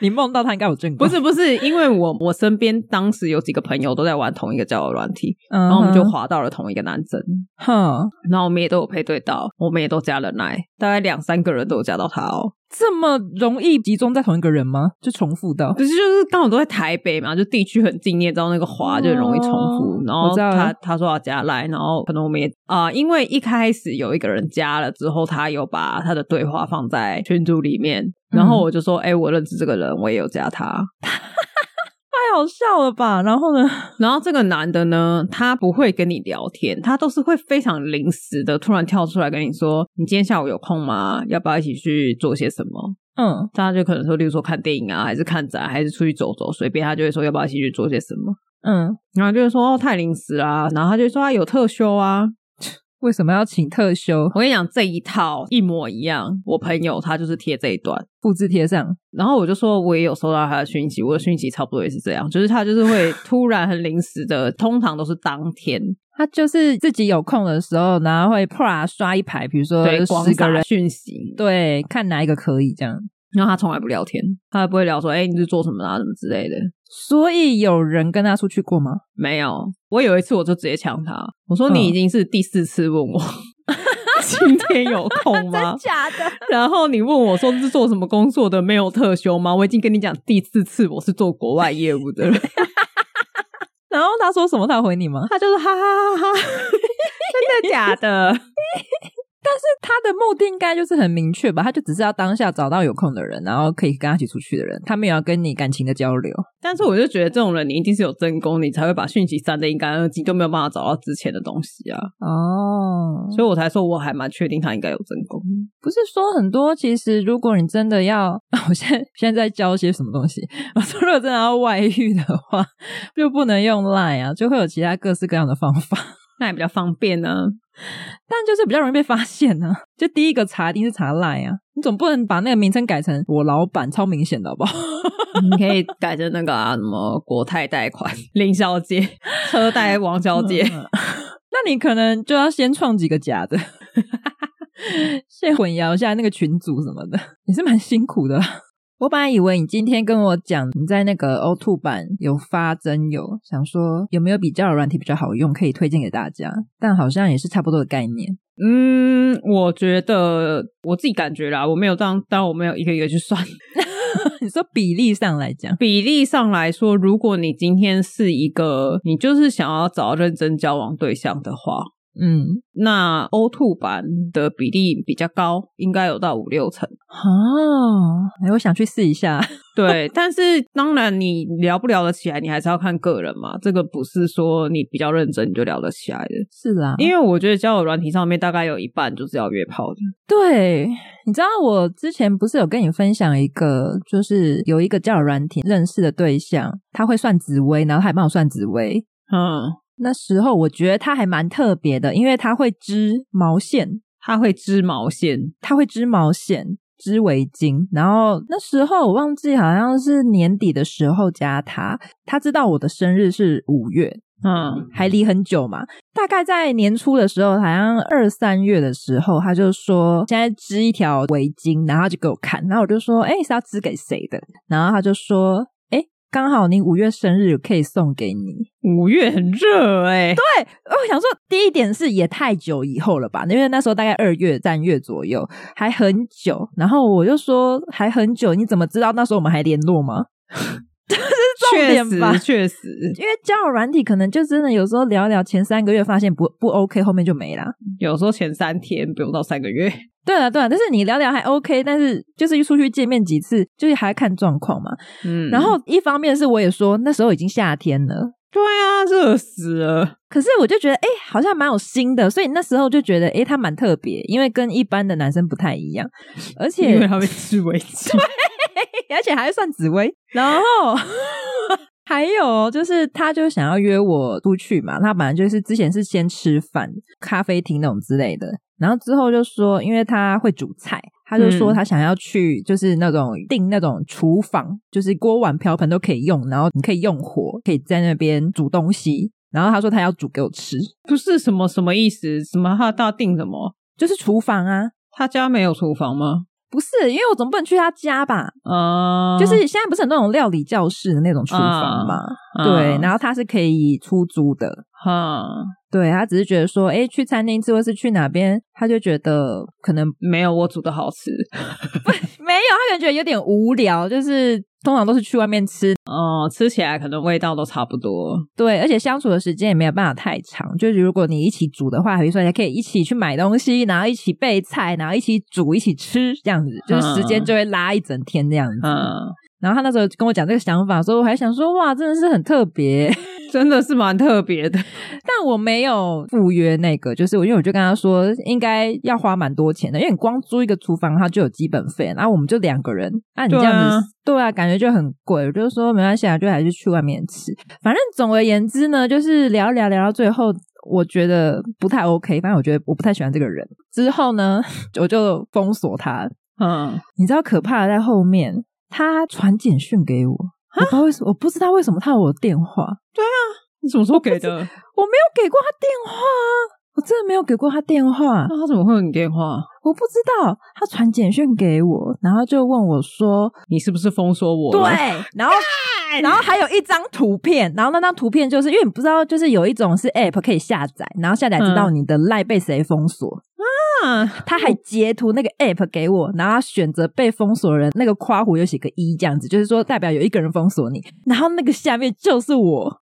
你梦到他应该有正
不
宫，
是不是，因为我我身边当时有几个朋友都在玩同一个交友软体，
嗯哼，
然后我们就滑到了同一个男生，
哼，
然后我们也都有配对到，我们也都加了奶，大概两三个人都有加到他哦。
这么容易集中在同一个人吗？就重复到
可是就是刚好都在台北嘛，就地区很近，你也知道那个滑就很容易重复。
哦
然后
我知道
他
了
他说要加来，然后可能我们也啊、因为一开始有一个人加了之后，他有把他的对话放在群组里面，然后
嗯
我就说，哎、我认识这个人，我也有加他。
太好笑了吧？然后呢？
然后这个男的呢，他不会跟你聊天，他都是会非常临时的突然跳出来跟你说，你今天下午有空吗？要不要一起去做些什么？
嗯，
大家就可能说，例如说看电影啊，还是看展，还是出去走走，随便他就会说要不要一起去做些什么。
嗯，
啊然后就是说哦太临时啦、然后他就说他有特休啊，
为什么要请特休？
我跟你讲，这一套一模一样。我朋友他就是贴这一段，
复制贴上，
然后我就说我也有收到他的讯息，我的讯息差不多也是这样，就是他就是 会突然很临时的，通常都是当天
他就是自己有空的时候，然后会啪刷一排，比如说
对
十
广
个
撒
人，
讯息，
对，看哪一个可以这样。
然后他从来不聊天，他也不会聊说哎、你是做什么的啊什么之类的，
所以有人跟他出去过吗？
没有。我有一次我就直接呛他，我说
嗯
你已经是第四次问我。 今天有空 吗？
假的？
然后你问我说是做什么工作的，没有特休吗？我已经跟你讲第四次，我是做国外业务的了。
然后他说什么？他回你吗？
他就是哈哈哈哈，真的假的？
他的目的应该就是很明确吧？他就只是要当下找到有空的人，然后可以跟他一起出去的人，他没有要跟你感情的交流。
但是我就觉得这种人，你一定是有真功，你才会把讯息删的一干二净，就没有办法找到之前的东西啊。
哦
所以我才说我还蛮确定他应该有真功。
不是说很多，其实如果你真的要，哦我现在现在在教些什么东西？ 我说如果真的要外遇的话，就不能用 Line 啊，就会有其他各式各样的方法，
那也比较方便呢、
但就是比较容易被发现呢、啊。就第一个查一定是查 Line 啊，你总不能把那个名称改成我老板，超明显的好不好？
你可以改成那个啊，什么国泰贷款林小姐、车贷王小姐，
那你可能就要先创几个假的， 先混淆一下那个群组什么的，也是蛮辛苦的。我本来以为你今天跟我讲你在那个 O Two 版有发真友，想说有没有比较软体比较好用，可以推荐给大家，但好像也是差不多的概念。
嗯，我觉得我自己感觉啦，我没有当，当然我没有一个一个去算。
你说比例上来讲，
比例上来说，如果你今天是一个，你就是想要找认真交往对象的话，
嗯，
那 O two 版的比例比较高，应该有到五六成。
哦，哎，我想去试一下。
对，但是当然你聊不聊得起来，你还是要看个人嘛。这个不是说你比较认真你就聊得起来的，
是啦，
因为我觉得交友软体上面大概有一半就是要约炮的。
对，你知道我之前不是有跟你分享一个，就是有一个交友软体认识的对象，他会算紫薇，然后他还帮我算紫薇。
嗯，
那时候我觉得他还蛮特别的，因为他会织毛线，
它会织毛线，
他会织毛线、织围巾。然后那时候我忘记好像是年底的时候加他，他知道我的生日是五月，
嗯，
还离很久嘛，大概在年初的时候，好像二三月的时候，他就说现在织一条围巾，然后他就给我看，然后我就说，哎、是要织给谁的？然后他就说，哎、刚好你五月生日，可以送给你。哦
五月很热哎、对，
我想说，第一点是也太久以后了吧，因为那时候大概二月、三月左右，还很久。然后我就说还很久，你怎么知道那时候我们还联络吗？
确
重点吧
实确实，
因为交友软体可能就真的有时候聊一聊前三个月发现不不 OK，后面就没啦。
有时候前三天不用到三个月，
对啊，对啊，但是你聊聊还 OK，但是就是一出去见面几次，就是还看状况嘛。
嗯
然后一方面是我也说那时候已经夏天了，
对啊，热死了。
可是我就觉得哎、诶好像蛮有心的，所以那时候就觉得哎、诶他蛮特别，因为跟一般的男生不太一样，而且
因为他会吃围 巾，
而且还会算紫薇，然后 还有哦就是，他就想要约我出去嘛，他本来就是之前是先吃饭，咖啡厅那种之类的，然后之后就说，因为他会煮菜。他就说
嗯
他想要去，就是那种订那种厨房，就是锅碗瓢盆都可以用，然后你可以用火，可以在那边煮东西。然后他说他要煮给我吃，
不是什么什么意思？什么他他订什么？
就是厨房啊，
他家没有厨房吗？
不是因为我总不能去他家吧？
啊、
就是现在不是很多那种料理教室的那种厨房嘛，对，
那
然后它是可以出租的。
啊哈、
对他只是觉得说，哎，去餐厅吃或是去哪边，他就觉得可能
没有我煮的好吃。
没有，他可能觉得有点无聊，就是通常都是去外面吃，
哦、吃起来可能味道都差不多。
对，而且相处的时间也没有办法太长。就是如果你一起煮的话，比如说你可以一起去买东西，然后一起备菜，然后一起煮，一起吃，这样子，就是时间就会拉一整天这样子。
嗯，
然后他那时候跟我讲这个想法的时候，我还想说，哇，真的是很特别。
真的是蛮特别的。
但我没有赴约那个，就是我因为我就跟他说，应该要花蛮多钱的，因为你光租一个厨房，它就有基本费，然后我们就两个人，那、你这样子，对啊感觉就很贵。我就说没关系啊，就还是去外面吃。反正总而言之呢，就是聊一聊聊到最后，我觉得不太 OK，反正我觉得我不太喜欢这个人。之后呢， 我就封锁他。
嗯，
你知道可怕的在后面，他传简讯给我，我不知道为什么，我不知道为什么他有我的电话，
你什么时候给 的？啊
我没有给过他电话啊，我真的没有给过他电话。
那他怎么会有你电话？
我不知道，他传简讯给我，然后就问我说，
你是不是封锁我？
对，，然后。然后还有一张图片，然后那张图片就是因为你不知道，就是有一种是 App 可以下载，然后下载知道你的赖被谁封锁，
啊，
他还截图那个 App 给我，然后他选择被封锁的人那个夸弧有写个一这样子，就是说代表有一个人封锁你，然后那个下面就是我，好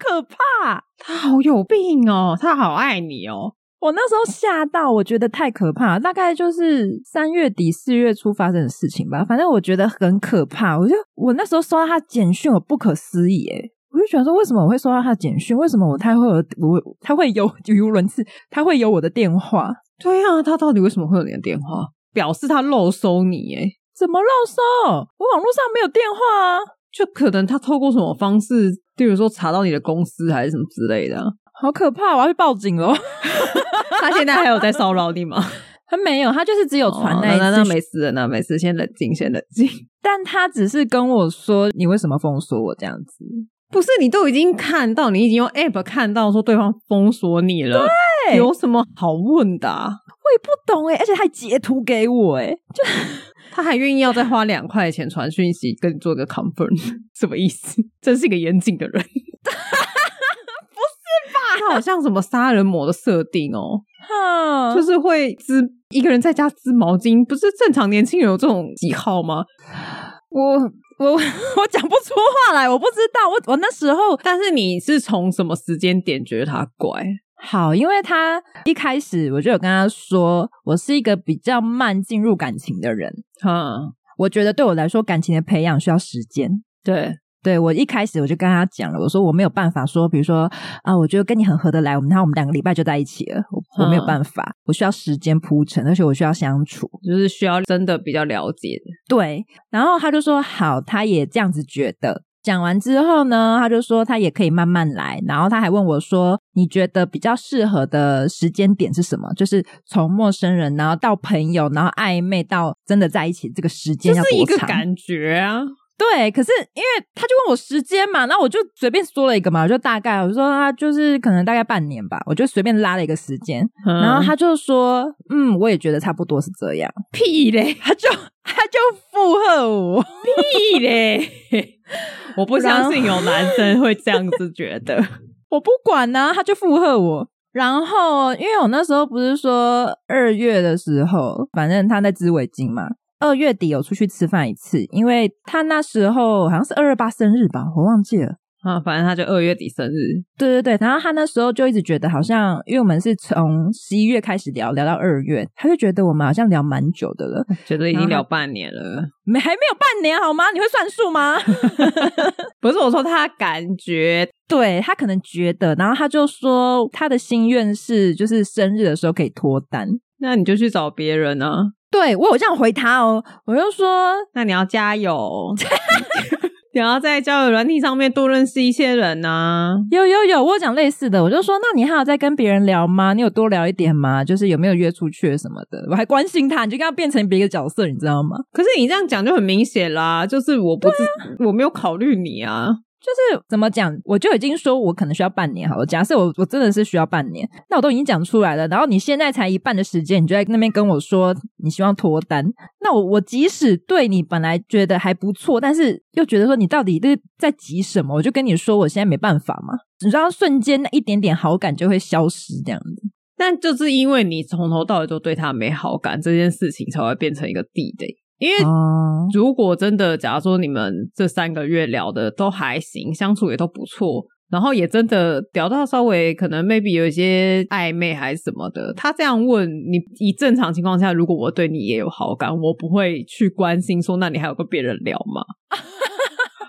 可怕！啊
他好有病哦，他好爱你哦。
我那时候吓到，我觉得太可怕，大概就是三月底四月初发生的事情吧。反正我觉得很可怕，我就我那时候收到他简讯，我不可思议诶、我就想说，为什么我会收到他的简讯？为什么我他会有我他会有语无伦次？他会有我的电话？
对啊，他到底为什么会有你的电话？表示他漏收你耶，
怎么漏收？我网络上没有电话啊！
就可能他透过什么方式，例如说查到你的公司还是什么之类的啊。
好可怕！我要去报警喽。
他现在还有在骚扰你吗？
他没有，他就是 只有传
哦
一次
那那没事了，那没事，先冷静，先冷静。
但他只是跟我说你为什么封锁我这样子。
不是你都已经看到，你已经用 app 看到说对方封锁你了，
对
有什么好问的、啊？
我也不懂哎、而且他还截图给我哎、
他还愿意要再花两块钱传讯息跟你做个 confirm，什 么意思？真是一个严谨的人，不是吧？他好像什么杀人魔的设定哦，
哼
就是会织一个人在家织毛巾，不是正常年轻人有这种喜好吗？
我我 我讲不出话来，我不知道，我我那时候
但是你是从什么时间点觉得他怪？
好，因为他一开始我就有跟他说，我是一个比较慢进入感情的人，
哈，
我觉得对我来说感情的培养需要时间。
对，
对我一开始我就跟他讲了，我说我没有办法说，比如说啊、我觉得跟你很合得来，我们然后我们两个礼拜就在一起了，我我没有
嗯
办法，我需要时间铺陈，而且我需要相处。
就是需要真的比较了解的。
对，然后他就说好，他也这样子觉得。讲完之后呢，他就说他也可以慢慢来，然后他还问我说，你觉得比较适合的时间点是什么？就是从陌生人，然后到朋友，然后暧昧到真的在一起，这个时间
就
要
是一
多
个
长？
感觉啊，
对，可是因为他就问我时间嘛，那我就随便说了一个嘛，我就大概我说啊，就是可能大概半年吧，我就随便拉了一个时间，然后
他
他就说，嗯，我也觉得差不多是这样，
屁嘞，
他就他就附和我。
屁嘞！ 我不相信有男生会这样子觉得。
我不管呢、他就附和我。然后，因为我那时候不是说二月的时候，反正他在织围巾嘛。二月底有出去吃饭一次，因为他那时候好像是二二八生日吧，我忘记了。
啊，反正他就二月底生日，
对对对，然后他那时候就一直觉得好像，因为我们是从十一月开始聊，聊到二月，他就觉得我们好像聊蛮久的了，
觉得已经
然
聊
后
半年了。
没还没有半年好吗？你会算数吗？
不是我说他感觉
对他可能觉得，然后他就说他的心愿是，就是生日的时候可以脱单。
那你就去找别人啊，
对我有这样回他哦，我就说
那你要 加油，你要在交友软体上面多认识一些人啊。
有有有，我有讲类似的，我就说那你还有在跟别人聊吗？你有多聊一点吗？就是有没有约出去什么的，我还关心他，你就跟他变成别的角色，你知道吗？
可是你这样讲就很明显啦，就是我不知、
啊
我没有考虑你啊，
就是怎么讲，我就已经说我可能需要半年好了。假设我我真的是需要半年，那我都已经讲出来了，然后你现在才一半的时间，你就在那边跟我说你希望脱单，那我我即使对你本来觉得还不错，但是又觉得说你到底是在急什么，我就跟你说我现在没办法嘛，你知道瞬间那一点点好感就会消失这样子。
但就是因为你从头到尾都对他没好感，这件事情才会变成一个地雷。因为
哦，
如果真的，假如说你们这三个月聊的都还行，相处也都不错，然后也真的聊到稍微可能 maybe 有一些暧昧还是什么的，他这样问你，以正常情况下，如果我对你也有好感，我不会去关心说，那你还有跟别人聊吗？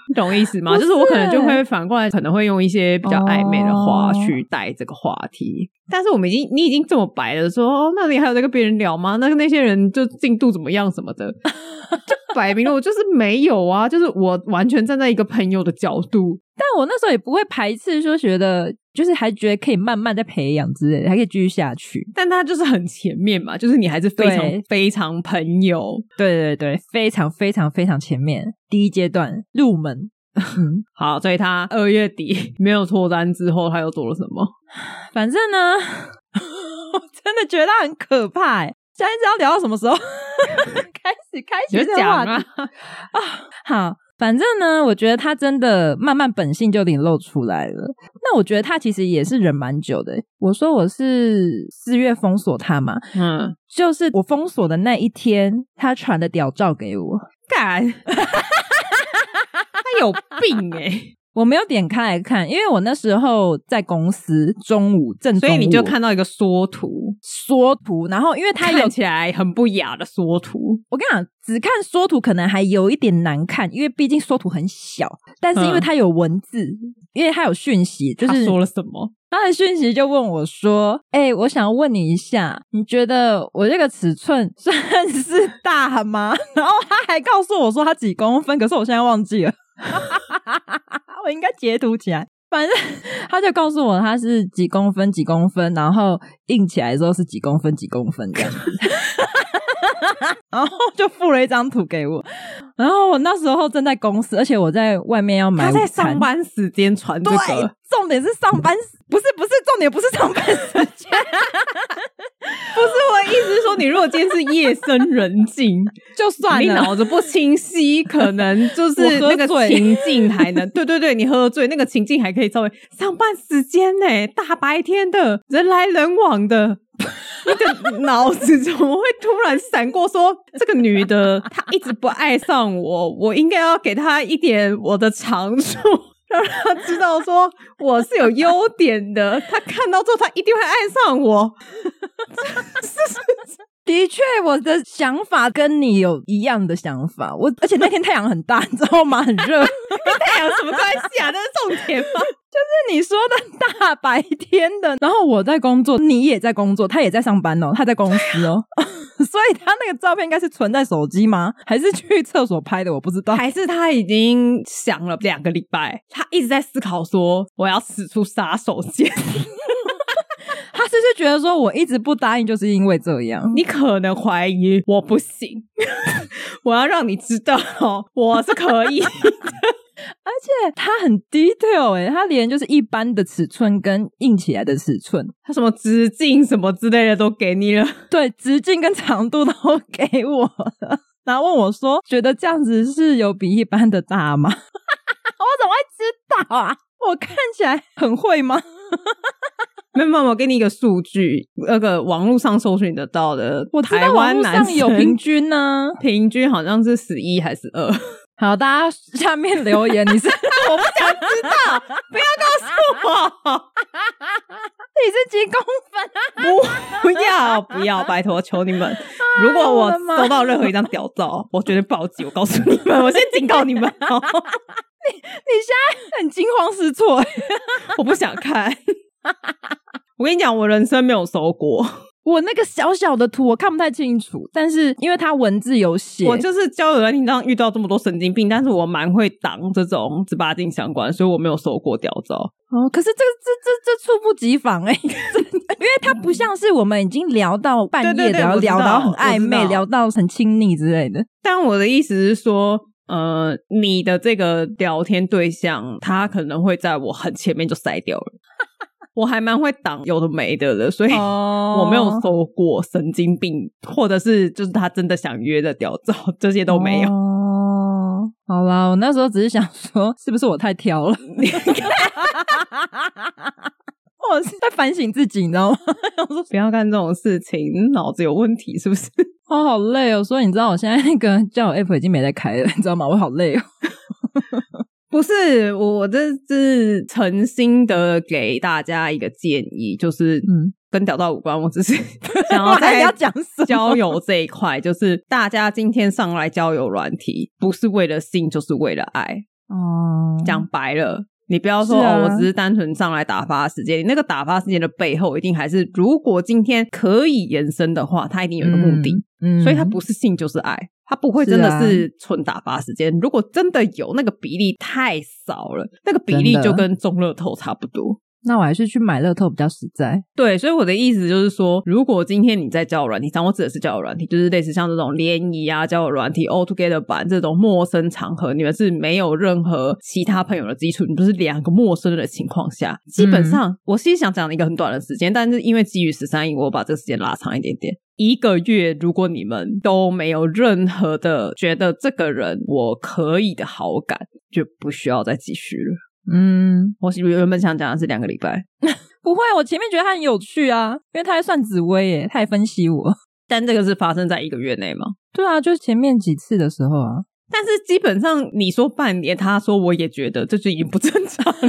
你懂我意思吗？
不
就是我可能
是
就会反过来，可能会用一些比较暧昧的话
哦
去带这个话题。但是我们已经你已经这么 白了，说哦，那你还有在跟别人聊吗？那那些人就进度怎么样什么的，就摆明了我就是没有啊，就是我完全站在一个朋友的角度，
但我那时候也不会排斥，说觉得就是还觉得可以慢慢再培养之类的，还可以继续下去。
但他就是很前面嘛，就是你还是非
对
常非常朋友。
对对对，非常非常非常前面，第一阶段入门。嗯，
好，所以他二月底没有脱单之后，他又做了什么？
反正呢， 我真的觉得他很可怕、欸。现在要聊到什么时候？ 开始开
你
始
就
这个话
讲
题
啊，
好，反正呢，我觉得他真的慢慢本性就领露出来了。那我觉得他其实也是忍蛮久的。欸我说我是四月封锁他嘛，
嗯，
就是我封锁的那一天，他传的屌照给我，
干，他有病哎、
我没有点开来看，因为我那时候在公司中午正中
所
午，
以你就看到一个缩图，
缩图，然后因为他有
看起来很不雅的缩图，
我跟你讲，只看缩图可能还有一点难看，因为毕竟缩图很小，但是因为
嗯
它有文字，因为它有讯息，就
他
是
说了什么？
他的讯息就问我说：“哎、我想问你一下，你觉得我这个尺寸算是大吗？” 然后他还告诉我说他几公分，可是我现在忘记了， 我应该截图起来。反正 他就告诉我他是几公分几公分，然后印起来之后是几公分几公分这样子， 然后就附了一张图给我。然后我那时候正在公司，而且我在外面要买
他在
午餐
上班时间传这
对
个，，
重点是上班时，不是不是，重点不是上班时间，
不是我的意思是说，你如果今天是夜深人静，
就算
你
了。
脑子不清晰，可能就是
我喝
那个
醉
情境还 能，对对对，你喝醉那个情境还可以稍微上班时间呢、大白天的人来人往的。你的脑子怎么会突然闪过说这个女的她一直不爱上我，我应该要给她一点我的长处，让她知道说我是有优点的。她看到之后，她一定会爱上我。
的确，我的想法跟你有一样的想法。我而且那天太阳很大，你知道吗？很热。是
太阳什么关系啊？这是重点吗？
你说的大白天的，然后我在工作，你也在工作，他也在上班哦，他在公司哦。所以他那个照片应该是存在手机吗？还是去厕所拍的？我不知 道。
还是他已经想了两个礼拜，他一直在思考说我要使出杀手锏，
他是不是觉得说我一直不答应，就是因为这样？
你可能怀疑我不行， 我要让你知道哦我是可以。
而且他很 detail 哎、他连就是一般的尺寸跟硬起来的尺寸，
他什么直径什么之类的都给你了，
对直径跟长度都 给我了，然后问我说，觉得这样子是有比一般的大吗？我 怎么会知道啊？我看起来很会吗？
没有没有，我给你一个数据，那个网络上搜寻得到的，
我知
台
道网
湾
络
男
上
生
有平均呢、
平均好像是十一还是二，
好，大家下面留言，你 是我不想知道，不要你是几公分啊？
不要不要，拜托，求你们！如果我收到任何一张屌照，我绝对报警。我告诉你们，我先警告你们哦，
你现在很惊慌失措、 欸。
我不想看。 我跟你讲，我人生没有收过，
我那个小小的图我看不太清楚，但是因为它文字有写，
我就是交友软件上遇到这么多神经病，但是我蛮会挡这种十八禁相关，所以我没有收过屌照。
哦，可是这个这这这猝不及防 哎、这因为它不像是我们已经聊到半夜，
对对对
聊
我知
聊
道
到很暧
我知
昧，
道
聊到很亲昵之类的。
但我的意思是说，呃，你的这个聊天对象，他可能会在我很前面就筛掉了。我还蛮会挡有的没的的，所以
哦
我没有收过神经病，或者是就是他真的想约的屌照， 这些都没有。
哦，好啦，我那时候只是想说，是不是我太挑了？ 我是在反省自己，你知道吗？
不要干这种事情，脑子有问题是不是？
我好累哦，所以你知道我现在那个交友 app 已经没在开了， 你知道吗？我好累哦。
不是，我我这是诚心的给大家一个建议，就是
嗯
嗯，跟屌照无关，我只是 想
我
要
还
在
要讲什么
交友这一 块，就是大家今天上来交友软体，不是为了性，就是为了爱。
哦，
讲白了，你不要说、
是啊
哦，我只是单纯上来打发时间。你那个打发时间的背后，一定还是如果今天可以延伸的话，它一定有一个目的，
嗯，嗯
所以它不是性就是爱。它不会真的
是啊
是纯打发时间。如果真的有那个比例太少了，那个比例
真的
就跟中乐透差不多。
那我还是去买乐透比较实在。
对，所以我的意思就是说，如果今天你在交友软体上，我指的是交友软体，就是类似像这种联谊啊、交友软体、All Together 版这种陌生场合，你们是没有任何其他朋友的基础，你们是两个陌生人的情况下，基本上、我其实想讲一个很短的时间，但是因为基于十三亿，我把这个时间拉长一点点。一个月，如果你们都没有任何的觉得这个人我可以的好感，就不需要再继续了。
嗯，
我原本想讲的是两个礼拜，
不会，我前面觉得他很有趣啊，因为他还算紫薇耶，他还分析我。
但这个是发生在一个月内吗？
对啊，就是前面几次的时候啊，
但是基本上你说半年，他说我也觉得这就已经不正常了。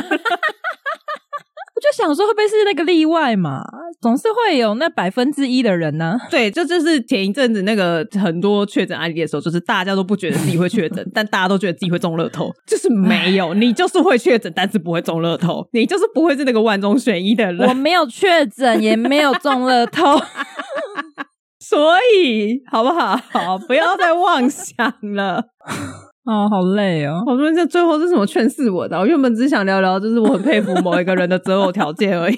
我就想说会不会是那个例外嘛？总是会有那百分之一的人呢、
对，这就是前一阵子那个很多确诊案例的时候，就是大家都不觉得自己会确诊，但大家都觉得自己会中乐透，就是没有，你就是会确诊，但是不会中乐透，你就是不会是那个万中选一的
我
人。
没有确诊，也没有中乐透，
所以好不好？好，不要再妄想了。
哦，好累哦。
好多人在最后是什么劝世啊我的？我原本只是想聊聊，就是我很佩服某一个人的择偶条件而已。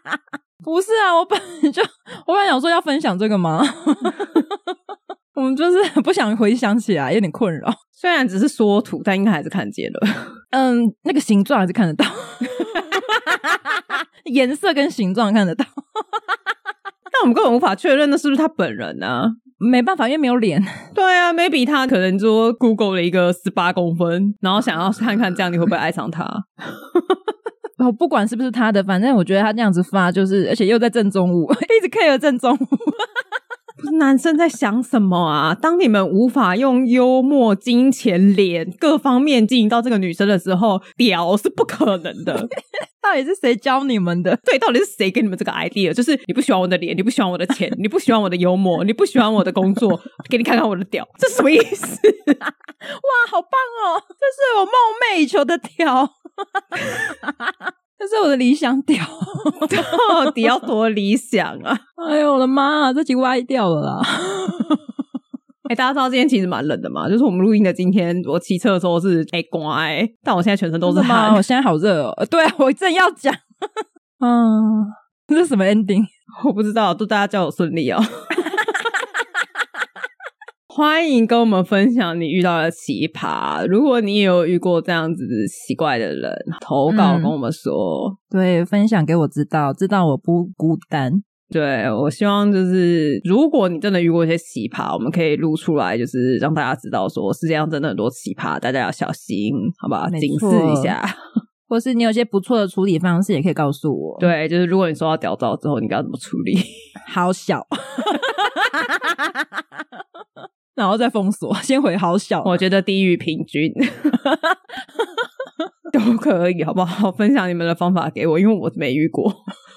不是啊，我本来就我本来想说要分享这个嘛， 我们就是不想回想起来，有点困扰。
虽然只是缩图，但应该还是看见了。
嗯，那个形状还是看得到，颜色跟形状看得到，
但我们根本无法确认那是不是他本人啊？
没办法，因为没有脸。
对啊，maybe 他可能说 Google 了一个十八公分，然后想要看看这样你会不会爱上他。
我哦不管是不是他的，反正我觉得他这样子发，就是而且又在正中午， 一直 care 正中午。
不是男生在想什么啊？当你们无法用幽默、金钱、脸各方面经营到这个女生的时候，屌是不可能的。
到底是谁教你们的？
对，到底是谁给你们这个 idea？就是你不喜欢我的脸，你不喜欢我的钱，你不喜欢我的幽默，你不喜欢我的工作， 给你看看我的屌，这是什么意思？
哇，好棒哦！这是我梦寐以求的屌， 这是我的理想屌。
到底要哦多理想啊？
哎呦我的妈、这集歪掉了啦！
哎、大家知道今天其实蛮冷的嘛，就是我们录音的今天，我骑车的时候是哎乖、但我现在全身都是
真的吗
汗
我，现在好热哦。呃对啊，我正要讲，嗯，这是什么 ending？
我不知道，祝大家交友顺利哦。 欢迎跟我们分享你遇到的奇葩，如果你也有遇过这样子奇怪的人，投稿
嗯
跟我们说。
对，分享给我知道，知道我不孤单。
对我希望就是，如果你真的遇过一些奇葩，我们可以录出来，就是让大家知道说世界上真的很多奇葩，大家要小心，好吧？
没
警示
错
一下。
或是你有些不错的处理方式，也可以告诉我。，
对，就是如果你收到屌照之后，你该要怎么处理？
好小， 然后再封 锁，先回好小。
我觉得低于平均 都可以，好不好？分享你们的方法给我，因为我没遇过，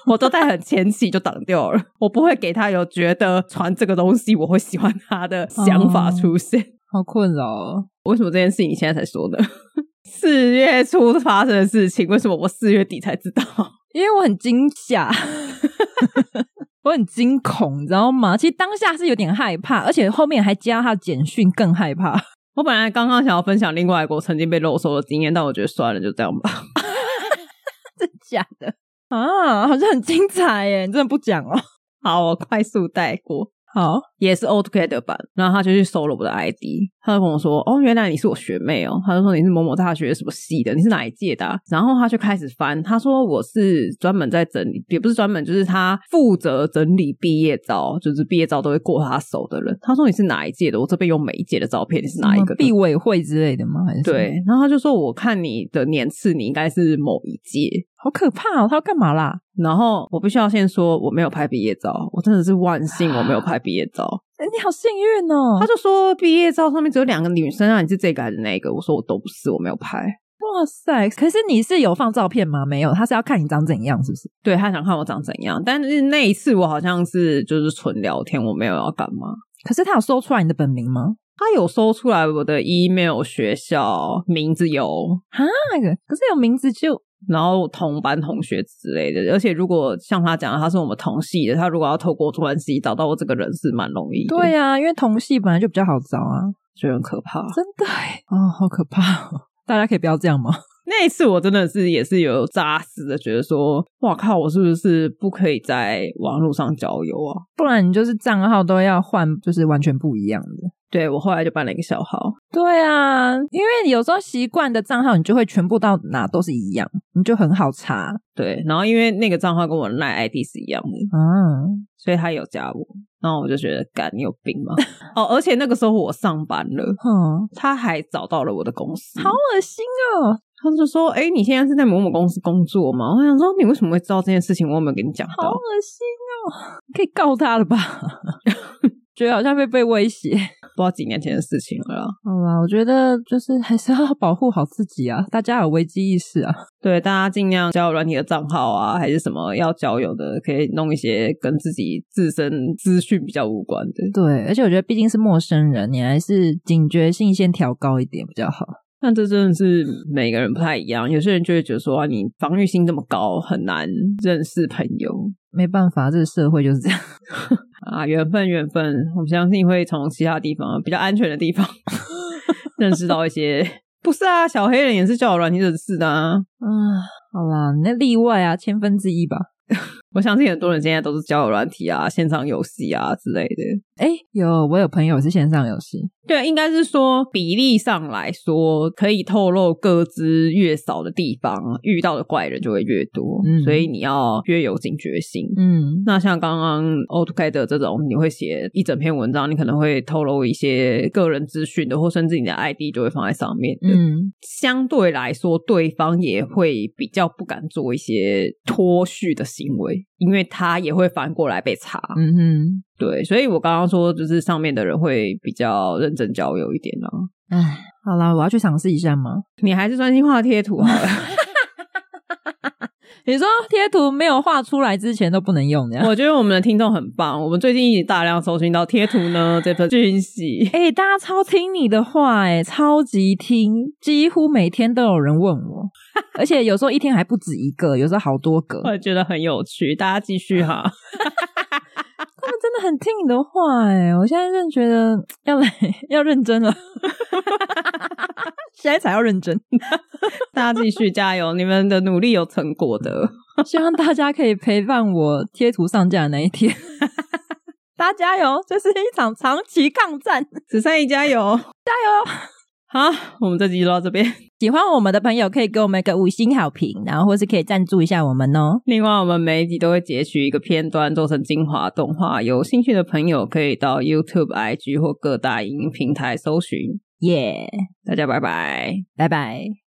我都在很前期就挡掉了，我不会给他有觉得传这个东西我会喜欢他的想法出现。
好困扰、哦。
为什么这件事情你现在才说的？ 四月初发生的事情，为什么我四月底才知道？
因为我很惊 吓，我很惊恐，你知道吗？其实当下是有点害怕，而且后面还加他简讯，更害怕。
我本来刚刚想要分享另外一个我曾经被漏收的经验，但我觉得算了，就这样吧。
真假的啊？好像很精彩耶！你真的不讲哦。
好，我快速带过。
好，
也是 Old Together 版，然后他就去搜了我的 ID，他就跟我说：“哦，原来你是我学妹哦。”他就说：“你是某某大学什么系的？你是哪一届的啊、然后他就开始翻，他说：“我是专门在整理，也不是专门，就是他负责整理毕业照，就是毕业照都会过他手的人。”他说：“你是哪一届的？我这边有每一届的照片，你是哪一个的
哦毕委会之类的吗？还是？
对，，然后他就说：“我看你的年次，你应该是某一届。”
好可怕哦！他要干嘛啦？
然后我必须要先说，我没有拍毕业照，我真的是万幸我没有拍毕业照。
哎你好幸运哦！
他就说毕业照上面只有两个女生啊，你是这个还是那个？我说我都不是，我没有拍。
哇塞！可是你是有放照片吗？没有，他是要看你长怎样，是不是？
对他想看我长怎样，但是那一次我好像是就是纯聊天，我没有要干嘛。
可是他有搜出来你的本名吗？
他有搜出来我的 email、学校名字有，
那个可是有名字就
然后同班同学之类的。而且如果像他讲的，他是我们同系的，他如果要透过关系找到我这个人是蛮容易的，
对啊呀、因为同系本来就比较好找啊，
就很可怕。
真的哎，哦，好可怕、哦！大家可以不要这样吗？
那一次我真的是也是有扎实的觉得说，哇靠，我是不是不可以在网络上交友啊？
不然你就是账号都要换，就是完全不一样的。
对我后来就办了一个小号，
对啊，因为有时候习惯的账号，你就会全部到哪都是一样，你就很好查
对，然后因为那个账号跟我赖 ID 是一样的，
啊。
所以他有加我，然后我就觉得，干你有病吗？ 哦，而且那个时候我上班了，
哼，
他还找到了我的公司，
哦好恶心哦，
他就说，哎、你现在是在某某公司工作吗？我想说，你为什么会知道这件事情？我有没有跟你讲
好
到？
恶心哦，可以告他了吧？ 觉得好像被被威胁。
不知道几年前的事情了啦。
好啦，我觉得就是还是要保护好自己啊，大家有危机意识啊。
对，大家尽量交友软体的账号啊，还是什么要交友的，可以弄一些跟自己自身资讯比较无关的。
对，而且我觉得毕竟是陌生人，你还是警觉性先调高一点比较好。
但这真的是每个人不太一样，有些人就会觉得说啊，你防御心这么高，很难认识朋友
没办法，这个社会就是这 样。
啊。缘分，缘分，我相信会从其他地方比较安全的地方认识到一些。不是啊，小黑人也是交友软体认识的啊。
啊，好啦，那例外啊，千分之一吧。
我相信很多人现在都是交友软体啊、线上游戏啊之类的。
哎，有我有朋友是线上游戏，
对，应该是说比例上来说，可以透露各自越少的地方，遇到的怪人就会越多，
嗯
所以你要越有警觉性。
嗯，
那像刚刚 o t o k 的这种，你会写一整篇文章，你可能会透露一些个人资讯的，或甚至你的 ID 就会放在上面。，
嗯，
相对来说，对方也会比较不敢做一些脱序的行为，因为他也会反过来被查。
嗯哼，
对，所以我刚刚说，就是上面的人会比较认真交友一点啊。
哎，好啦，我要去尝试一下吗？
你还是专心画贴图好了。
你说贴图没有画出来之前都不能用的呀？
我觉得我们的听众很棒，我们最近一直大量搜寻到贴图呢这份讯息。
哎、大家超听你的话、欸，哎，超级听，几乎每天都有人问我，而且有时候一天还不止一个，有时候好多个。
我觉得很有趣，大家继续哈。
他们真的很听你的话、欸，哎，我现在真的觉得要来要认真了， 现在才要认真。
大家继续加油，你们的努力有成果的。
希望大家可以陪伴我贴图上架的那一天。大家加油！这是一场长期抗战。
子珊怡加油，加油！好，我们这集就到这边。
喜欢我们的朋友可以给我们一个五星好评，然后或是可以赞助一下我们哦。
另外，我们每一集都会截取一个片段做成精华动画，有兴趣的朋友可以到 YouTube、IG 或各大影音平台搜寻。
耶、
大家拜拜。
拜拜。